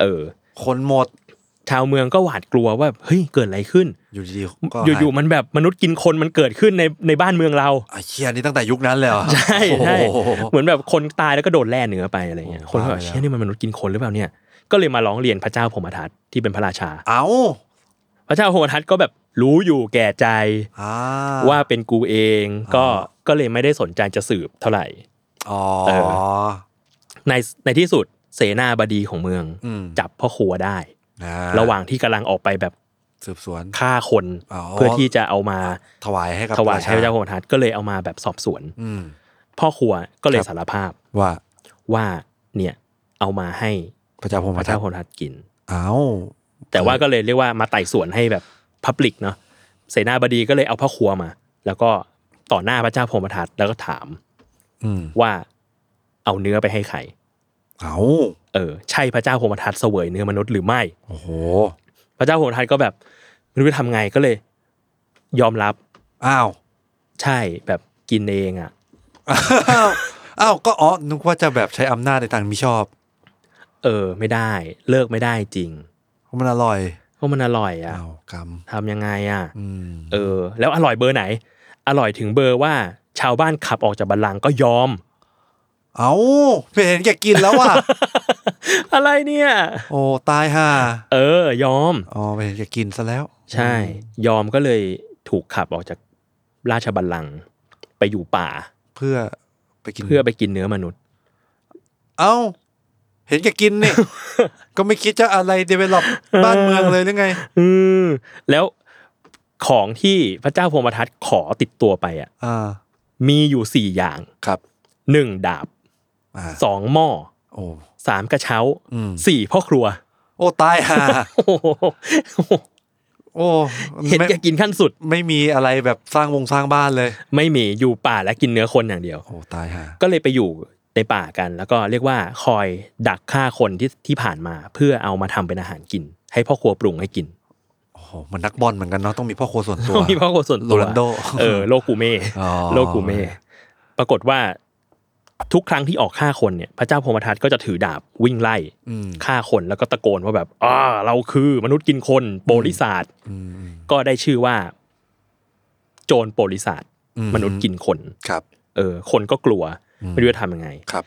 เออ คนหมด ชาวเมืองก็หวาดกลัวว่าเฮ้ยเกิดอะไรขึ้น อยู่ดีๆก็ อยู่ๆมันแบบมนุษย์กินคนมันเกิดขึ้นในในบ้านเมืองเรา ไอ้เชี่ยนี่ตั้งแต่ยุคนั้นเลยเหรอ ใช่ โอ้โห ใช่เหมือนแบบคนตายแล้วก็โดนแล่เนื้อไปอะไรเงี้ย โอ้ คนก็แบบ ตายแล้ว เชี่ยนี่มันมนุษย์กินคนหรือเปล่าเนี่ยก็เลยมาร้องเรียนพระเจ้าพรหมทัตที่เป็นพระราชา เอา พระเจ้าพรหมทัตก็แบบรู้อยู่แก่ใจ อ่า ว่าเป็นกูเองก็ อ่ ก็เลยไม่ได้สนใจจะสืบเท่าไหร่ อ๋อ เอ ในในที่สุดเสนาบดีของเมือง อืม จับพ่อครัวได้ อ่ ระหว่างที่กำลังออกไปแบบ สืบสวน ฆ่าคน อ๋อ เพื่อที่จะเอามา ถวายให้กับ ถวายให้พ ประชระเจ้าพรหมทัตก็เลยเอามาแบบสอบสวน อืม พ่อครัวก็เลย ครับ สารภาพ ว่า ว่าเนี่ยเอามาให้ พระเจ้าพรห พ ม ระ ทั เจ้า ต โพธิทัตกิน เอา แต่ว่าก็เลยเรียกว่ามาไต่สวนให้แบบพับลิกเนาะเสนาบดีก็เลยเอาพระครัวมา แล้วก็ต่อหน้าพระเจ้าโพธิทัตแล้วก็ถาม อืม ว่าเอาเนื้อไปให้ใคร เอา เออใช่พระเจ้าโพธิทัตเสวยเนื้อมนุษย์หรือไม่ โอ้โห พระเจ้าโพธิทัตก็แบบไม่รู้จะทำไงก็เลย ยอมรับ อ้าว ใช่แบบกินเองอ่ะ อ้าวอ้าวก็อ๋อนึกว่าจะแบบใช้อำนาจในทางมิชอบ เออ ไม่ได้เลิกไม่ได้จริง เพราะมันอร่อย เพราะมันอร่อยอ่ะ อ้าวกรรม ทำยังไงอ่ะ อืม เออ แล้วอร่อยเบอร์ไหน อร่อยถึงเบอร์ว่าชาวบ้านขับออกจากบัลลังก์ก็ยอม (laughs) เอาเห็นแกกินแล้วว่ะ อะไรเนี่ย โอ้ตายห่า เออ ยอม อ๋อเห็นแกกินซะแล้ว ใช่ ยอมก็เลยถูกขับออกจากราชบัลลังก์ไปอยู่ป่า เพื่อไปกิน เพื่อไปกินเนื้อมนุษย์ เอ้า เห็นแกกิน (laughs) นี่ ก็ไม่คิดจะอะไรเดเวล็อปบ้านเมืองเลยหรือไง อืมแล้วของที่พระเจ้าพรหมทัตขอติดตัวไปอ่ะ อ่า มีอยู่สี่อย่าง ครับ หนึ่งดาบ อ่า สองหม้อ โอ้ สามกระเช้า อืม สี่พ่อครั (laughs) ว โอ้ตายห่า โอ้โห โอ้ เห็น ไม่ แกกินขั้นสุด ไม่มีอะไรแบบสร้างวงสร้างบ้านเลย ไม่มีอยู่ป่าและกินเนื้อคนอย่างเดียว โอ้ตายห่า ก็เลยไปอยู่ในป่ากัน แล้วก็เรียกว่าคอยดักฆ่าคนที่ที่ผ่านมา เพื่อเอามาทำเป็นอาหารกิน ให้พ่อครัวปรุงให้กิน โอ้โหมันนักบอลเหมือนกันเนาะต้องมีพ่อครัวส่วนตัว มีพ่อครัวส่วนตัว โรนัลโด เออโลกูเม่ อ๋อ โลกูเม่ปรากฏว่าทุกครั้งที่ออกฆ่าคนเนี่ย พระเจ้าพรหมทัตก็จะถือดาบวิ่งไล่ อืม ฆ่าคนแล้วก็ตะโกนว่าแบบอ่าเราคือมนุษย์กินคนโปลิศาสตร์ อืมอืม ก็ได้ชื่อว่า โจรโปลิศาสตร์ อื มนุษย์กินคน ครับ เออ คนก็กลัว อืม ไม่รู้จะทำยังไง ครับ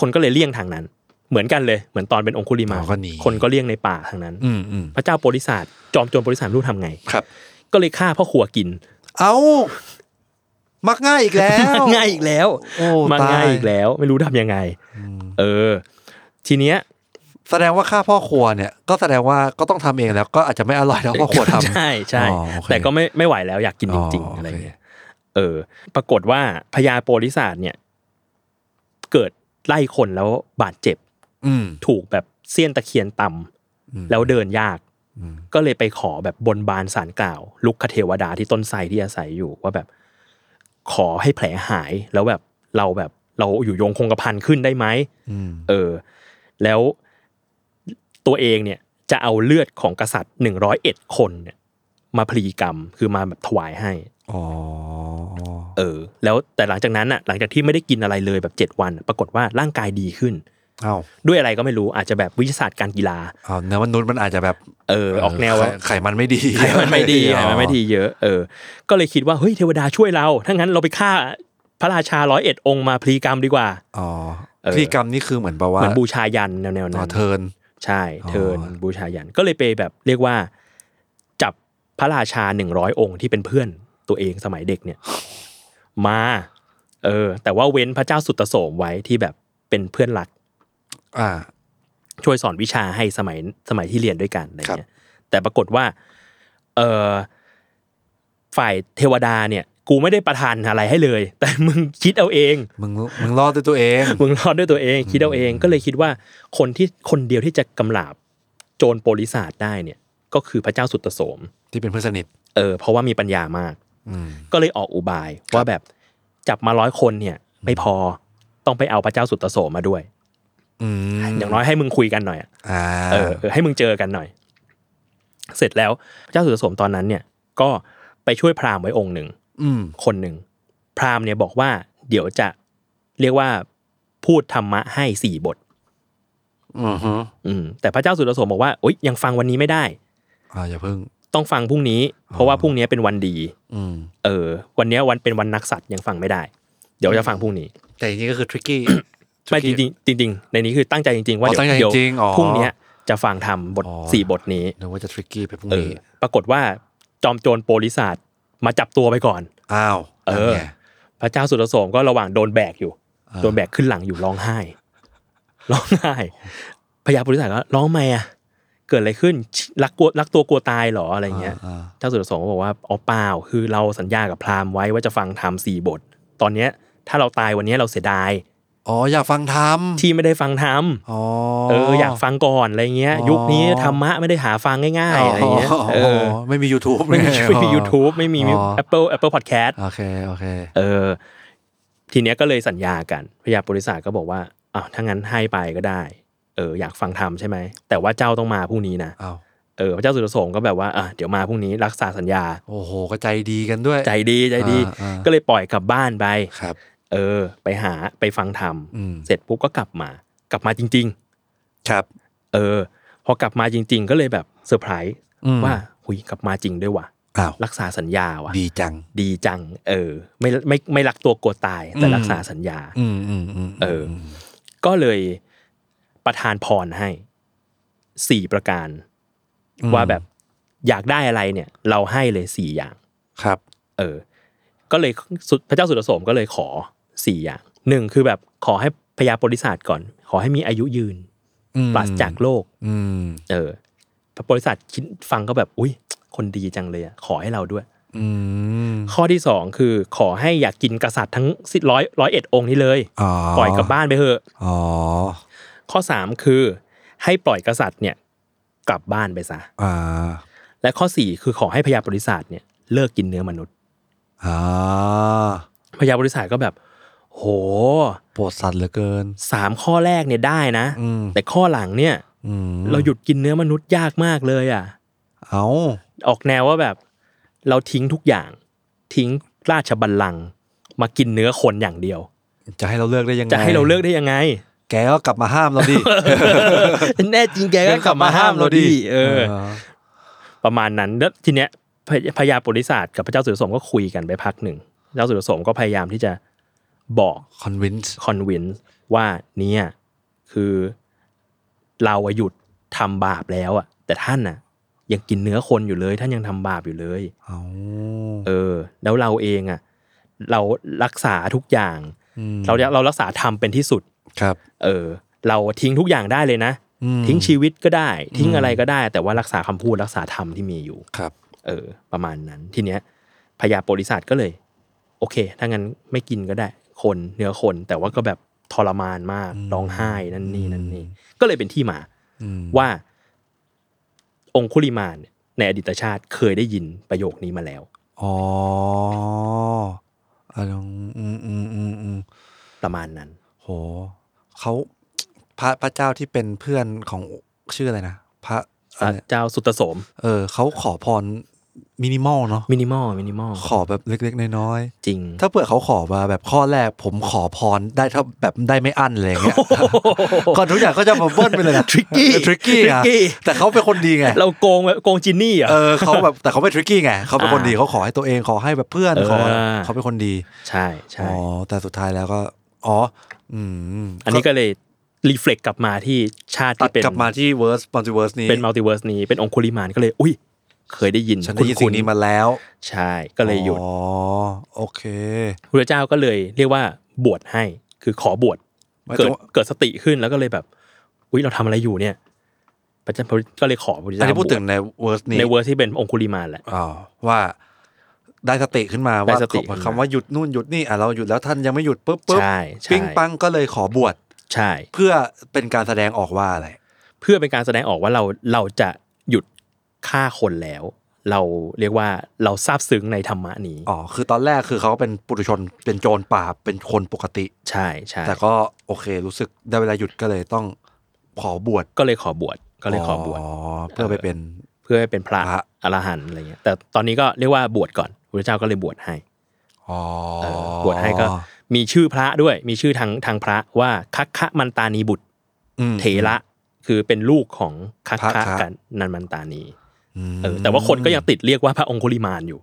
คนก็เลยเลี่ยงทางนั้น เหมือนกันเลยเหมือนตอนเป็นองคุลิมา อ๋อก็หนี คนก็เลี่ยงในป่าทางนั้น อืมอืม พระเจ้าโปริศาสจอมโจรโปริศาสรู้ทำไง ครับ ก็เลยฆ่าพ่อครัวกิน เอ้า มักง่ายอีกแล้ว ง่ายอีกแล้ว โอ้ มา ตาย ง่ายอีกแล้ว ไม่รู้ทำยังไง อืม เออ ทีเนี้ย แสดงว่าค่าพ่อครัวเนี่ย ก็แสดงว่าก็ต้องทำเองแล้ว ก็อาจจะไม่อร่อยแล้วพ่อครัวทำ ใช่ใช่ อ๋อโอเค แต่ก็ไม่ไม่ไหวแล้วอยากกินจริง อ๋ออๆอะไร โอเค เงี้ยเออ ปรากฏว่าพญาโปริศาสเนี่ย เกิดไล่คนแล้วบาดเจ็บ อืม ถูกแบบเสี้ยนตะเคียนต่ำ อืม แล้วเดินยาก อืม ก็เลยไปขอแบบบนบานสารกล่าว ลุกคเทวดาที่ต้นไทรที่อาศัยอยู่ว่าแบบ ขอให้แผลหายแล้วแบบเราแบบเราอยู่ยงคงกระพันขึ้นได้ไหม อืม เออ แล้วตัวเองเนี่ยจะเอาเลือดของกษัตริย์หนึ่งร้อยเอ็ดคนเนี่ยมาพลีกรรมคือมาแบบถวายให้ อ๋อ เออ แล้วแต่หลังจากนั้นอ่ะ หลังจากที่ไม่ได้กินอะไรเลยแบบเจ็ดวัน ปรากฏว่าร่างกายดีขึ้น เอ้า ด้วยอะไรก็ไม่รู้อาจจะแบบวิทยาศาสตร์การกีฬา เอาเนื้อมนุษย์มันอาจจะแบบ เออออกแนวว่า ไข่ไขมันไม่ดี ไขมันไม่ดีไขมันไม่ดีเยอะเออ ก็เลยคิดว่าเฮ้ยเทวดาช่วยเราถ้างั้นเราไปฆ่าพระราชาร้อยเอ็ดองค์มาพลีกรรมดีกว่า อ๋อ เออ พฤติกรรมนี่คือเหมือนแบบ เห ว่า มือนบูชายันแนวๆ ต่อ นั้น เทิร์น ใช่เทิน อ๋อ บูชายันก็เลยไปแบบเรียกว่า จับพระราชาหนึ่งร้อยองค์ที่เป็นเพื่อนตัวเองสมัยเด็ก (laughs) เนี่ย มาเออ แต่ว่าเว้นพระเจ้าสุตโสมไว้ที่แบบเป็นเพื่อนรัก อ่า ช่วยสอนวิชาให้สมัยสมัยที่เรียนด้วยกันอะไรเงี้ย แต่ปรากฏว่า เออฝ่ายเทวดาเนี่ย กูไม่ได้ประทานอะไรให้เลย (laughs) แต่มึงคิดเอาเอง มึงมึงรอดด้วยตัวเอง มึงรอดด้วยตัวเอง คิดเอาเอง ก็เลยคิดว่า คนที่คนเดียวที่จะกำลาบโจรโปลิศาสได้เนี่ย ก็คือพระเจ้าสุตโสม ที่เป็นเพื่อนสนิท เออ เพราะว่ามีปัญญามาก อืม ก็เลยออกอุบายว่าแบบจับมาร้อยคนเนี่ย ไม่พอต้องไปเอาพระเจ้าสุตโสมมาด้วย อืม อย่างน้อยให้มึงคุยกันหน่อยอะ อ่า เออเออให้มึงเจอกันหน่อย เสร็จแล้วพระเจ้าสุรสมตอนนั้นเนี่ย ก็ไปช่วยพราหมณ์ไว้องค์หนึ่ง อืม คนหนึ่งพราหมณ์เนี่ยบอกว่า เดี๋ยวจะเรียกว่าพูดธรรมะให้สี่บท อือฮึ อืมแต่พระเจ้าสุรสมบอกว่าโอ๊ยยังฟังวันนี้ไม่ได้ อ่าอย่าเพิ่ง ต้องฟังพรุ่งนี้ เพราะว่าพรุ่งนี้เป็นวันดี อืม เออ วันเนี้ยวันเป็นวันนักสัตว์ยังฟังไม่ได้ เดี๋ยวจะฟังพรุ่งนี้ แต่จริงๆก็คือทริกกี้ (coughs) ไม่จริงๆจริง ๆ ในนี้คือตั้งใจจริง ๆ ว่า อ๋อตั้งใจ เดี๋ยว จริงๆอ๋อ พรุ่งเนี้ยจะฟังธรรมบท อ๋อ สี่บทนี้ นึกว่าจะทริกกี้ไปพรุ่ง เออ นี้ ปรากฏว่าจอมโจรโปลิศาสมาจับตัวไปก่อน อ้าว เออ นั่นไง พระเจ้าสุรโสมก็ระหว่างโดนแบกอยู่ โดนแบกขึ้นหลังอยู่ร้องไห้ ร้องไห้พญาโปลิศาสก็ร้องไหมอ่ะ เกิดอะไรขึ้นรักกลัวรักตัวกลัวตายเหรออะไรเงี้ย อ่า เจ้าสุรโสมก็บอกว่าอ๋อเปล่าคือเราสัญญากับพราหมณ์ไว้ว่าจะฟังธรรมสี่บท ตอนเนี้ย ถ้าเราตายวันเนี้ยเราเสียดาย ๆอ๋ออยากฟังทำ ที่ไม่ได้ฟังธรรม อ๋อ เอออยากฟังก่อนอะไรเงี้ย อ๋อ ยุคนี้ธรรมะไม่ได้หาฟังง่ายๆอะไรเงี้ยเออ ไม่มี YouTube ไม่มี (laughs) เนี่ย ไม่ (laughs) มีอ๋อ YouTube ไม่มี อ๋อ Apple Apple Podcast โอเค โอเค เออทีเนี้ยก็เลยสัญญากันพญาปุริศาสก็บอกว่าอ้าวถ้างั้นให้ไปก็ได้ เอออยากฟังธรรมใช่ไหม แต่ว่าเจ้าต้องมาพรุ่งนี้นะ เอา เออพระเจ้าสุรโสมก็แบบว่าอ่ะเดี๋ยวมาพรุ่งนี้รักษาสัญญา โอ้โห ก็ใจดีกันด้วย ใจดีใจดี อ่าอ่า ก็เลยปล่อยกลับบ้านไป ครับ เออ ไปหาไปฟังธรรม อืม เสร็จปุ๊บก็กลับมา กลับมาจริง ครับ ๆ เออ พอกลับมาจริง ๆ ก็เลยแบบเซอร์ไพรส์ อืม ว่าหุยกลับมาจริงด้วยว่ะ อ้าว รักษาสัญญาว่ะ ดีจัง ดีจัง เออ ไม่ไม่ไม่รักตัวกลัวตายแต่รักษาสัญญา อืมอืมอืม เออ ก็เลยประทานพรให้สี่ประการ อืม ว่าแบบอยากได้อะไรเนี่ย เราให้เลยสี่อย่าง ครับ เออ ก็เลยสุดพระเจ้าสุดโสมก็เลยขอสี่อย่างหนึ่งคือแบบขอให้พญาโพธิสัตว์ก่อน ขอให้มีอายุยืน อืม ปราศจากโรค อืม เออพระโพธิสัตว์คิดฟังก็แบบ อุ้ยคนดีจังเลยอะขอให้เราด้วย อืม ข้อที่สองคือขอให้อยากกินกษัตริย์ทั้งสิร้อยร้อยเอ็ดองค์นี้เลย อ๋อ ปล่อยกลับบ้านไปเถอะ อ๋อ ข้อสามคือ ให้ปล่อยกษัตริย์เนี่ยกลับบ้านไปซะ อ่า และข้อสี่คือขอให้พญาบริษัทเนี่ยเลิกกินเนื้อมนุษย์ อ่า พญาบริษัทก็แบบ โห ปวดสัตว์เหลือเกิน สามข้อแรกเนี่ยได้นะ อืม แต่ข้อหลังเนี่ย อืม เราหยุดกินเนื้อมนุษย์ยากมากเลยอ่ะ เอา ออกแนวว่าแบบเราทิ้งทุกอย่าง ทิ้งราชบัลลังก์มากินเนื้อคนอย่างเดียว จะให้เราเลิกได้ยังไง จะให้เราเลิกได้ยังไง แกก็กลับมาห้ามเราดิ (laughs) แน่จริงแกก็กลับมาห้ามเราดิเออ ประมาณนั้นแล้วทีเนี้ยพญพญาโปุริศาสตร์กับพระเจ้าสุรสมก็คุยกันไปพักหนึ่งพระเจ้าสุรสมก็พยายามที่จะบอก คอนวินส์ คอนวินว่าเนี่ยคือเราอะหยุดทำบาปแล้วอะแต่ท่านอะยังกินเนื้อคนอยู่เลย ท่านยังทำบาปอยู่เลย เอา เออ แล้วเราเองอะเรารักษาทุกอย่าง ม เราเรารักษาธรรมเป็นที่สุด ครับ เออ เราทิ้งทุกอย่างได้เลยนะ อืม ทิ้งชีวิตก็ได้ ทิ้งอะไรก็ได้ แต่ว่ารักษาคำพูดรักษาธรรมที่มีอยู่ ครับ เออ ประมาณนั้นทีเนี้ยพญาโปริศาสก็เลย โอเค ถ้างั้นไม่กินก็ได้ คนเนื้อคน แต่ว่าก็แบบทรมานมากร้องไห้นั่นนี่นั่นนี่ก็เลยเป็นที่มา อืม ว่า องคุลิมานเนี่ยในอดีตชาติเคยได้ยินประโยคนี้มาแล้ว อ๋ออะลองอืมอืมอืมอืม ประมาณนั้น โหเขาพระพระเจ้าที่เป็นเพื่อนของชื่ออะไรนะพระ พระเจ้าสุตโสม เออเขาขอพรมินิมอลเนาะ มินิมอลมินิมอล ขอแบบเล็กๆน้อยๆ จริง ถ้าเผื่อเขาขอมาแบบข้อแรกผมขอพรได้ถ้าแบบได้ไม่อั้นอะไรอย่างเงี้ (laughs) ยก่อนทุกอย่างก็จะมาเบิ้ลไป (laughs) เลยนะ Tricky ทริกกี้อะ Tricky แต่เขาเป็นคนดีไง (laughs) เราโกงแบบโกงจินนี่เหร เอ อ่ะ อเขาแบบแต่เขาไม่ทริกกี้ไงเขาเป็นคนดีเขาขอให้ตัวเองขอให้แบบเพื่อน เออ ขอเขาเป็นคนดี ใช่ใช่ อ๋อแต่สุดท้ายแล้วก็ อ๋อ อืม อันนี้ก็เลยรีเฟล็กกลับมาที่ชาติ ตัด ที่เป็น กลับมาที่เวิร์สปอนซิเวิร์สนี้ เป็นมัลติเวิร์สนี้เป็นองคุลิมานก็เลย อุ้ย เคยได้ยิน ฉันได้ยิน คุ้ สิ่ ๆ งนี้มาแล้ว ใช่ ก็เลยหยุด อ๋อโอเค พระเจ้าก็เลยเรียกว่าบวชให้ คือขอบวช หมายถึ เกิด งว่า เกิดสติขึ้นแล้วก็เลยแบบ อุ้ยเราทำอะไรอยู่เนี่ยพระเจ้าก็เลยขอพระ อัน เจ้า นี้พูดถึงในเวิร์สนี้ ในเวอร์ที่เป็นองคุลิมานแหละ อ๋อว่าได้สติขึ้นมา ได้ ว่า สติ คำว่า ขึ้นมา คำว่าหยุดนู่นหยุดนี่อ่ะเราหยุดแล้วท่านยังไม่หยุดปุ๊บปุ๊บ ใช่ใช่ ปิ้งปังก็เลยขอบวช ใช่ เพื่อเป็นการแสดงออกว่าอะไร เพื่อเป็นการแสดงออกว่าเราเราจะหยุดฆ่าคนแล้ว เราเรียกว่าเราซาบซึ้งในธรรมะนี้ อ๋อคือตอนแรกคือเขาเป็นปุถุชนเป็นโจรป่าบเป็นคนปกติ ใช่ใช่ แต่ก็โอเครู้สึกได้เวลาหยุดก็เลยต้องขอบวช ก็เลยขอบวชก็เลยขอบวช เพื่อไปเป็น เพื่อให้เป็นพระ พระ อรหันต์อะไรเงี้ยแต่ตอนนี้ก็เรียกว่าบวชก่อนพระเจ้าก็เลยบวชให้ อ๋อ เออบวชให้ก็มีชื่อพระด้วย มีชื่อทางทางพระว่าคัคคะมันตานีบุตร อืม เถระคือเป็นลูกของคัค พ คะ ระคะ กันนันมันตานี ม เออแต่ว่าคนก็ยังติดเรียกว่าพระองคุลิมานอยู่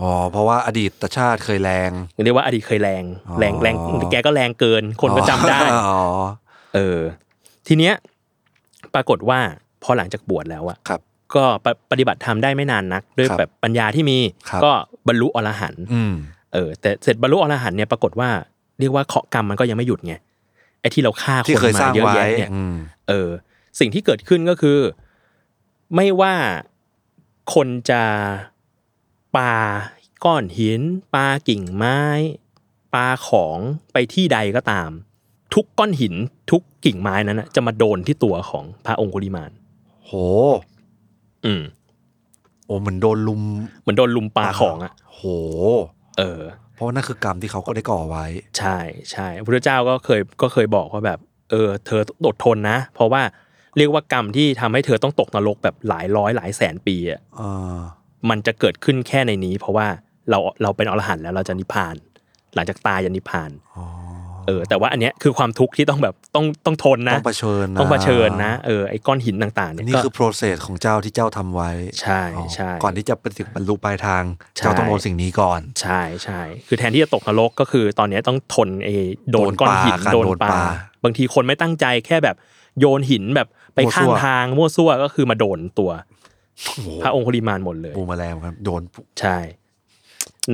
อ๋อเพราะว่าอดีตชาติเคยแรง เรียกว่าอดีตเคยแรง อ๋อ แรงแรงแกก็แรงเกิน คนก็จำได้ อ๋อ เออ ทีเนี้ยปรากฏว่าพอหลังจากบวชแล้วอะ ครับ ก็ปะปฏิบัติธรรมได้ไม่นานนัก ด้วย ครับ แบบปัญญาที่มี ครับ ก็บรรลุอรหันต์ อืม เออแต่เสร็จบรรลุอรหันต์เนี่ยปรากฏว่าเรียกว่าเคราะห์กรรมมันก็ยังไม่หยุดไงไอ้ที่เราฆ่าค ที่ น เคยส มา ร้าง เยอะ ไว้ แยะเนี่ย อืม เออ สิ่งที่เกิดขึ้นก็คือ ไม่ว่าคนจะปาก้อนหินปากิ่งไม้ปาของไปที่ใดก็ตาม ทุกก้อนหินทุกกิ่งไม้นั้นน่ะจะมาโดนที่ตัวของพระองคุลิมาน โห อืม โอ้เหมือนโดนลุม เหมือนโดนลุมปาของอ่ะ โห เออ เพราะว่านั่นคือกรรมที่เขาก็ได้ก่อไว้ ใช่ใช่พระเจ้าก็เคยก็เคยบอกว่าแบบเออเธออดทนนะ เพราะว่าเรียกว่ากรรมที่ทำให้เธอต้องตกนรกแบบหลายร้อยหลายแสนปีอ่ะ เออ มันจะเกิดขึ้นแค่ในนี้ เพราะว่าเราเราเป็นอรหันต์แล้วเราจะนิพพาน หลังจากตายจะนิพพาน อ๋อ เออแต่ว่าอันเนี้ยคือความทุกข์ที่ต้องแบบต้องต้องทนนะ ต้องเผชิญนะ ต้องเผชิญนะเออไอ้ก้อนหินต่างอัๆเนี่ น ย นี่ ก็ คือ process ของเจ้าที่เจ้าทำไว้ ใช่ อ๋อ ใช่ ก่อนที่จะไปถึงบรรลุปลายทาง ใช่ เจ้าต้องโดนสิ่งนี้ก่อน ใช่ใช่คือแทนที่จะตกนรกก็คือตอนเนี้ยต้องทนไอ้โดน โดน ก้อนหิน ปลากัน โดน โดน ป ป ลา ลา บางทีคนไม่ตั้งใจแค่แบบโยนหินแบบไป มั่ว ข้า ซั่ ง ว ทางมั่วซั่วก็คือมาโดนตัว โอ้โห พระองคุลิมานหมดเลย ปูมาแรงครับ โดนปุ๊บ ใช่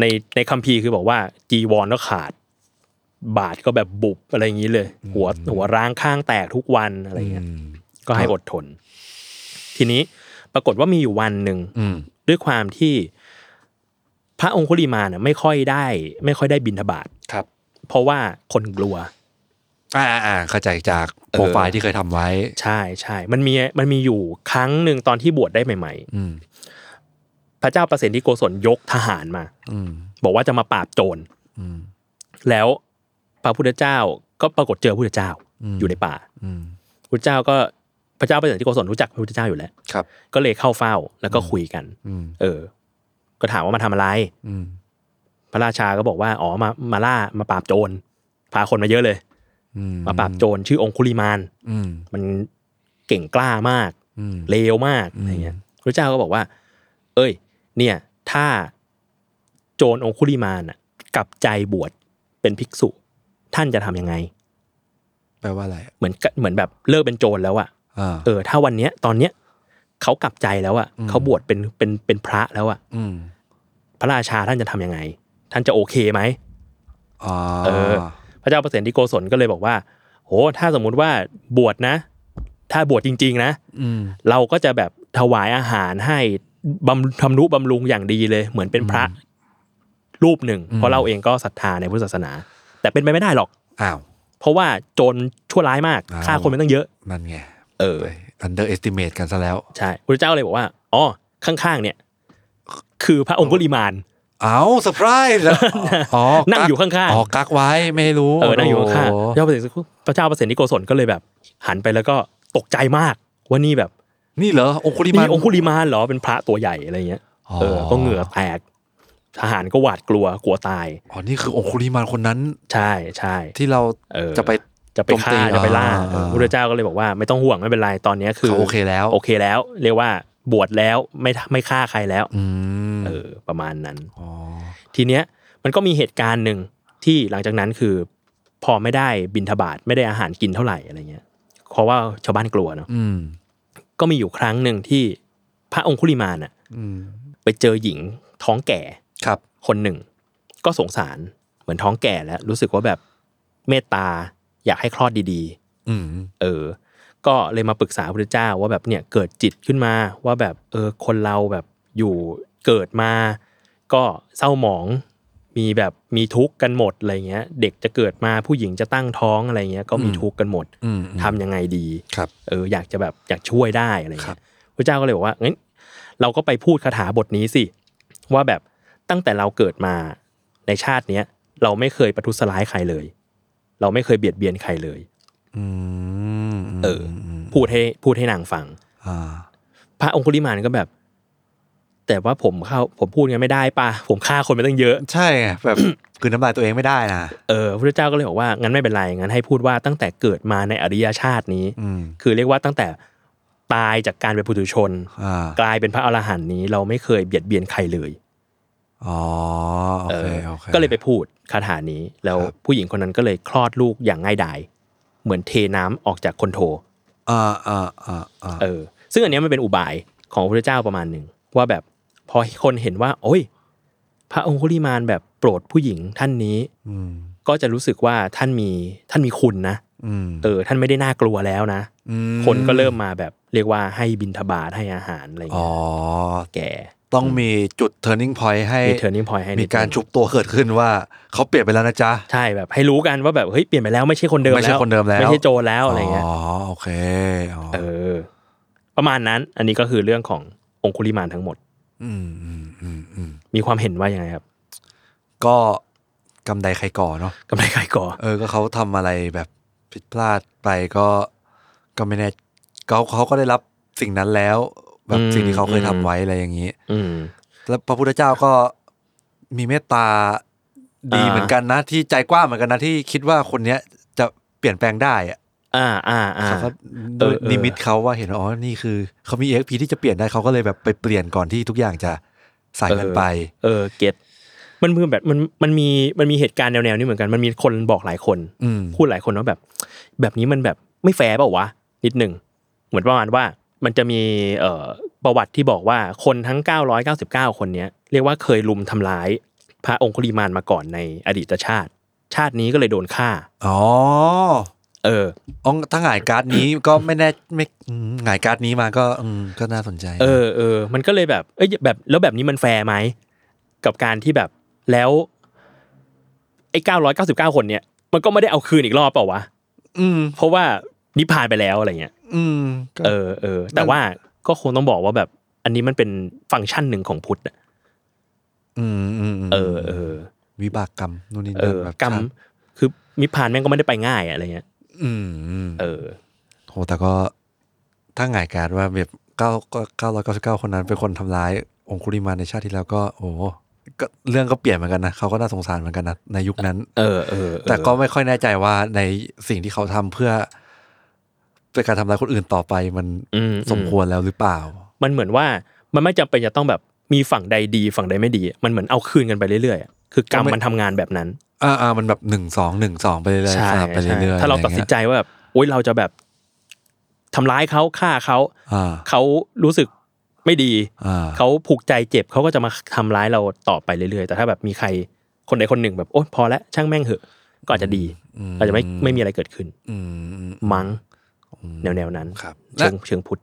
ในในคัมภีร์คือบอกว่าจีวรก็ขาด บาทก็แบบบุบอะไรอย่างนี้เลย หัวหัวร้างข้างแตกทุกวันอะไรเงี้ย อืม ก็ให้อดทน ทีนี้ปรากฏว่ามีอยู่วันหนึ่ง อืม ด้วยความที่ พระองคุลิมาเนี่ยไม่ค่อยได้ ไม่ค่อยได้บินทบาท ครับ เพราะว่าคนกลัว อ่าอ่าเข้าใจจากโปรไฟล์ที่เคยทำไว้ ใช่ใช่มันมีมันมีอยู่ครั้งหนึ่งตอนที่บวชได้ใหม่ อืม ๆ พระเจ้าประสิทธิโกศลยกทหารมา อืม บอกว่าจะมาปราบโจร อืม แล้วพระพุทธเจ้าก็ปรากฏเจอพระพุทธเจ้า อืม อยู่ในป่า อืม พระพุทธเจ้าก็พระเจ้าประสิทธิโกศลรู้จักพระพุทธเจ้าอยู่แล้ว ครับ ก็เลยเข้าเฝ้าแล้วก็คุยกัน อืม เออ ก็ถามว่ามาทำอะไร อืม พระราชาก็บอกว่าอ๋อมามาล่ามาปราบโจรพาคนมาเยอะเลย อืม มาปราบโจรชื่อองคุลิมาน อืม มันเก่งกล้ามาก อืม เลวมาก อืม อะไรเงี้ยพระเจ้าก็บอกว่า เอ้ย เนี่ย ถ้าโจรองคุลิมานน่ะกลับใจบวชเป็นภิกษุ ท่านจะทำยังไง แปลว่าอะไร เหมือนกับเหมือนแบบเลิกเป็นโจรแล้วอะ อ่า เออ ถ้าวันเนี้ย ตอนเนี้ยเขากลับใจแล้วอะ อืม เขาบวชเป็นเป็นเป็นพระแล้วอะ อืม พระราชาท่านจะทำยังไง ท่านจะโอเคไหม อ่า เออ พระเจ้าประเสนที่โกศลก็เลยบอกว่าโหถ้าสมมุติว่าบวชนะ ถ้าบวชจริง ๆ นะ อืม เราก็จะแบบถวายอาหารให้บำทำนุบำรุงอย่างดีเลย เหมือนเป็นพระรูปหนึ่ง อืม เพราะเราเองก็ศรัทธาในพุทธศาสนา แต่เป็นไปไม่ได้หรอก อ้าว เพราะว่าโจรชั่วร้ายมาก อ้าว ฆ่าคนไปตั้งเยอะ นั่นไง เออ ไป underestimate กันซะแล้ว ใช่พระเจ้าเลยบอกว่าอ๋อข้างๆเนี่ย คือพระองคุลิมาน เอาเซอร์ไพรส์ (laughs) แล้วอ๋อ นั่ง กัก อยู่ข้างๆ อ๋อ กักไว้ไม่รู้ เออนั่งอยู่ข้าง โโห ๆพระเจ้าประเสนพระเจ้าประเสนนิโกศลก็เลยแบบ หันไปแล้วก็ตกใจมากว่านี่แบบ นี่เหรอ องคุริมั นี่ น องคุลิมานเหรอเป็นพระตัวใหญ่อะไรเงี้ย อ๋อ เออก็เหงื่อแตกทหารก็หวาดกลัวกลัวตาย อ๋อ นี่คือองคุริมันคนนั้น ใช่ใช่ ที่เรา เออ จะไป จะไปโจมฆ่าตี จะไปล่า อ่า เออพระพุทธเจ้าก็เลยบอกว่าไม่ต้องห่วงไม่เป็นไรตอนเนี้ยคือ เขาโอเคแล้ว โอเคแล้ว เรียกว่าบวชแล้วไม่ไม่ฆ่าใครแล้ว อืม เออประมาณนั้น อ๋อ ทีเนี้ยมันก็มีเหตุการณ์หนึ่งที่หลังจากนั้นคือ พอไม่ได้บินทบาทไม่ได้อาหารกินเท่าไหร่อะไรเงี้ยเพราะว่าชาวบ้านกลัวเนาะ อืม ก็มีอยู่ครั้งหนึ่งที่พระองคุลิมานอะ อืม ไปเจอหญิงท้องแก่ ครับ คนหนึ่ง ก็สงสารเหมือนท้องแก่แล้ว รู้สึกว่าแบบเมตตาอยากให้คลอดดีๆ อืม เออ ก็เลยมาปรึกษาพระพุทธเจ้าว่าแบบเนี่ยเกิดจิตขึ้นมาว่าแบบเออคนเราแบบอยู่เกิดมา ก็เศร้าหมองมีแบบมีทุกข์กันหมดอะไรเงี้ย เด็กจะเกิดมาผู้หญิงจะตั้งท้องอะไรเงี้ยก็มี อืม ทุกข์กันหมด อืม ทำยังไงดี ครับ เอออยากจะแบบอยากช่วยได้อะไร ครั เงี้ บ ยพระเจ้าก็เลยบอกว่างั้นเราก็ไปพูดคาถาบทนี้สิ ว่าแบบตั้งแต่เราเกิดมาในชาติเนี้ยเราไม่เคยประทุษร้ายใครเลย เราไม่เคยเบียดเบียนใครเลย อืม เออ พูดให้พูดให้นางฟัง อ่า พระองคุลิมานก็แบบ แต่ว่าผมเข้าผมพูดงั้นไม่ได้ป่ะ ผมฆ่าคนไปตั้งเยอะ ใช่ไง (coughs) แบบ คืนน้ำลายตัวเองไม่ได้นะ เออพระเจ้าก็เลยบอกว่างั้นไม่เป็นไรงั้นให้พูดว่าตั้งแต่เกิดมาในอริยชาตินี้ อืม คือเรียกว่าตั้งแต่ตายจากการเป็นปุถุชน อ่า กลายเป็นพระอรหันต์นี้ เราไม่เคยเบียดเบียนใครเลย อ๋อ โอ เอ เค อ โอเค ก็เลยไปพูดคาถานี้ แล้ว ครับ ผู้หญิงคนนั้นก็เลยคลอดลูกอย่างง่ายดายเหมือนเทน้ำออกจากคนโถ อ่าอ่าอ่าอ่า เออซึ่งอันเนี้ยมันเป็นอุบายของพระเจ้าประมาณหนึ่งว่าแบบพอคนเห็นว่า โอ้ย พระองคุลิมานแบบโปรดผู้หญิงท่านนี้ อืม ก็จะรู้สึกว่าท่านมีท่านมีคุณนะ อืม เออ ท่านไม่ได้น่ากลัวแล้วนะ ม คนก็เริ่มมาแบบเรียกว่าให้บินทบาทให้อาหารอะไร อ๋ เงี้ อ ยแก่ ต้องมีจุด turning point ให้ มีเทอร์นิ่งพอยให้นิด มีการ นึง ชุบตัวเกิดขึ้นว่าเขาเปลี่ยนไปแล้วนะจ๊ะ ใช่แบบให้รู้กันว่าแบบเฮ้ยเปลี่ยนไปแล้วไม่ใช่คนเดิมแล้ว ไม่ใช่คนเดิมแล้ว ไม่ใช่โจรแล้วอะไรเงี้ย อ๋อ โอเคอ๋อ เออ ประมาณนั้นอันนี้ก็คือเรื่องขององคุลิมานทั้งหมด อืมอืมอืมอืม มีความเห็นว่ายังไงครับ ก็กำไดใครก่อเนาะ กำไรขายก่อ เออ ก็เขาทำอะไรแบบผิดพลาดไปก็ ก็ไม่แน่เขาเขาก็ได้รับสิ่งนั้นแล้ว แบบ อืม สิ่งที่เขาเคยทำไว้อะไรอย่างนี้ อืม แล้วพระพุทธเจ้าก็มีเมตตาดี อ่า เหมือนกันนะ ที่ใจกว้างเหมือนกันนะที่คิดว่าคนเนี้ยจะเปลี่ยนแปลงได้อะ อ่าอ่าอ่า เขาก็ เอด้วอย เออ นิมิตเขาว่าเห็นว่าอ๋อนี่คือเขามีเอ็กพีที่จะเปลี่ยนได้เขาก็เลยแบบไปเปลี่ยนก่อนที่ทุกอย่างจะสายกันไป เออเก็ตมันมือแบบมันมันมีมันมีเหตุการณ์แนวๆนี้เหมือนกันมันมีคนบอกหลายคน อืม พูดหลายคนว่าแบบ แบบนี้มันแบบไม่แฟร์เปล่าวะนิดหนึ่งเหมือนประมาณว่ามันจะมีเอ่อประวัติที่บอกว่าคนทั้ง 999 คนเนี้ยเรียกว่าเคยลุมทำร้ายพระองคุลิมานมาก่อนในอดีตชาติ ชาตินี้ก็เลยโดนฆ่า อ๋อ เออ อ๋อถ้าหงายการ์ดนี้ ก็ไม่แน่ไม่อืมหงายการ์ดนี้มาก็อืมก็น่าสนใจ เออเออมันก็เลยแบบเอ้ยแบบแล้วแบบนี้มันแฟร์ไหม กับการที่แบบแล้วไอ้เก้าร้อยเก้าสิบเก้าคนเนี่ยมันก็ไม่ได้เอาคืนอีกรอบเปล่าวะ อืม เพราะว่านิพพานไปแล้วอะไรเงี้ย อืมก็ เออเออแต่ มัน ว่าก็คงต้องบอกว่าแบบอันนี้มันเป็นฟังก์ชันหนึ่งของพุทธอะ อืมอืมม เออเออ วิบากกรรมนู่นนี่ เอ นั่น อ แบบ กรรมคือนิพพานแม่งก็ไม่ได้ไปง่ายอะอะไรเงี้ย อืมอืม เออ โหแต่ก็ถ้าหงายการดว่าแบบเก้าก็เก้าร้อยเก้าสิบเก้าคนนั้นเป็นคนทำร้ายองคุริมานในชาติที่แล้วก็โอ้โหก็เรื่องก็เปลี่ยนเหมือนกันนะเขาก็น่าสงสารเหมือนกันนะในยุคนั้น เออเออเออ แต่ก็ไม่ค่อยแน่ใจว่าในสิ่งที่เขาทำเพื่อเป็นการทำร้ายคนอื่นต่อไปมัน อือื สมควรแล้วหรือเปล่า มันเหมือนว่ามันไม่จำเป็นจะต้องแบบมีฝั่งใดดีฝั่งใดไม่ดี มันเหมือนเอาคืนกันไปเรื่อยๆอะคือกรรก็มไม่ มันทำงานแบบนั้น อ่าอ่ามันแบบหนึ่งสองหนึ่งสองไปเรื่อยๆสลับไปเรื่อยๆ ถ้าเรา อะไอย่งงี้ย ตัดสินใจว่าแบบโอ๊ยเราจะแบบทำร้ายเขาฆ่าเขา อ่า เขารู้สึกไม่ดี อ่า เขาผูกใจเจ็บเขาก็จะมาทำร้ายเราต่อไปเรื่อยๆ แต่ถ้าแบบมีใครคนใดคนหนึ่งแบบโอ๊ยพอแล้วช่างแม่งเหอะก็อาจจะดีอาจจะไม่ไม่มีอะไรเกิดขึ้น อืม มั้งแนวๆนั้น ครับ เชิง และ เชิงพุทธ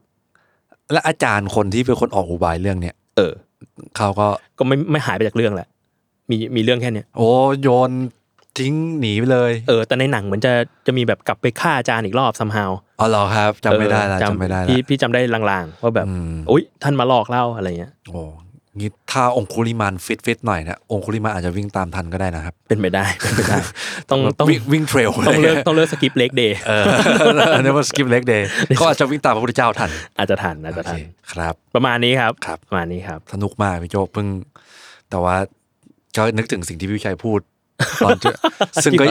และอาจารย์คนที่เป็นคนออกอุบายเรื่องเนี้ย เออ เขาก็ ก็ไม่ไม่หายไปจากเรื่องแหละมีมีเรื่องแค่เนี้ย โอ้โยนทิ้งหนีไปเลย เออแต่ในหนังเหมือนจะจะมีแบบกลับไปฆ่าอาจารย์อีกรอบ somehow อ๋อเหรอครับจำไม่ได้ละ เออ จำไม่ได้ละ พี่พี่จำได้ลางๆว่าแบบ อืม โอ๊ยท่านมาหลอกเล่าอะไรเงี้ย โอ้งี้ถ้าองคุลิมานฟิตฟิตๆหน่อยนะองคุลิมานอาจจะวิ่งตามทันก็ได้นะครับ เป็นไปได้ (laughs) เป็นไปได้ ต้อง แบบ ต้อง วิ่วิ่งเทรล ต้องเลิก ะไร ต้องเลิกสกิปเล็กเดย์ เออ (laughs) เนว่าสกิปเล็กเดย์เขาอาจจะวิ่งตามพระพุทธเจ้าทัน อาจจะทันอาจ โอ จะ เค ทัน ครับ ประมาณนี้ครับ ครับ ประมาณนี้ครับ สนุกมากพี่โจเพิ่ง แต่ว่าก็นึกถึงสิ่งที่พี่ชัย (laughs) พูดตอนเจอซึ่งก็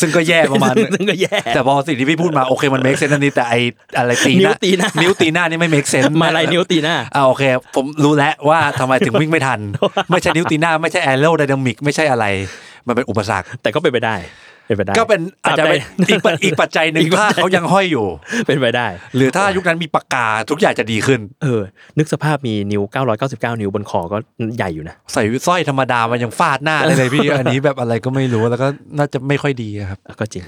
ซึ่งก็แย่ประมาณ (laughs) ซึ่งก็แย่ แต่พอสิ่งที่พี่พูดมาโอเคมันเมคเซนอันนี้แต่ไออะไรตี นิ้วตีหน้า นิ้วตีหน้านี่ไม่เมคเซน มาลายนิ้วตีหน้า อ่าโอเค ผมรู้แล้วว่าทำไมถึงวิ่งไม่ทัน (laughs) ไม่ใช่นิวตีน่าไม่ใช่แอโรไดนามิกไม่ใช่อะไร มันเป็นอุปสรรค แต่ก็เป็นไปได้ เป็นไปได้ ก็เป็นอาจจะเป็น ต อีก ราบใด ปัจอีกปัจจัยหนึ่ง อีกปัจจั ถ้าย เขายังห้อยอยู่ เป็นไปได้ หรือถ้ายุคนั้นมีปากกาทุกอย่างจะดีขึ้น เออ นึกสภาพมีนิ้ว 999 นิ้วบนคอก็ใหญ่อยู่นะ ใส่สร้อยธรรมดามันยังฟาดหน้าได้เลย (laughs) พี่ อันนี้แบบอะไรก็ไม่รู้แล้วก็น่าจะไม่ค่อยดีอะครับ ก็จริง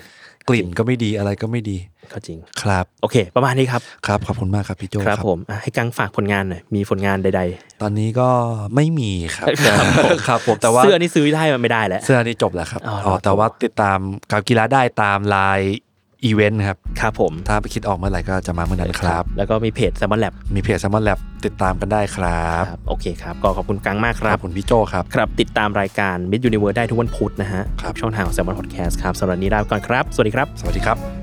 กลิ่นก็ไม่ดีอะไรก็ไม่ดี ก็จริง ครับ โอเค ประมาณนี้ครับ ครับขอบคุณมากครับพี่โจ ครับผมอ่ะให้กังฝากผลงานหน่อย มีผลงานใด ตอนนี้ก็ไม่มีครับ ครับผม (laughs) ครับผม ๆ แต่ว่า เสื้อนี่ซื้อได้มันไม่ได้แล้ว เสื้อนี่จบแล้วครับ อ๋ออ๋อ๋อ อ แต่ว่าติดตามกาวกีฬาได้ตามไลายอีเวนต์ครับ ครับผม ถ้าไปคิดออกเมื่อไหร่ก็จะมาเมื่อนั้นครับ แล้วก็มีเพจ s ซม m o n Lab มีเพจ s ซมมอนแลบติดตามกันได้ครับ ครับ โอเคครับ ก็ขอบคุณกังมากค ค รั รับบ คุณพี่โจครับ ครับติดตามรายการ Mid Universe ได้ทุกวันพุธนะฮะ ครับ ช่องทางของ s ซม m o n Podcast ครับสำหรับวันนี้ลาไปก่อนครับ สวัสดีครับ สวัสดีครับ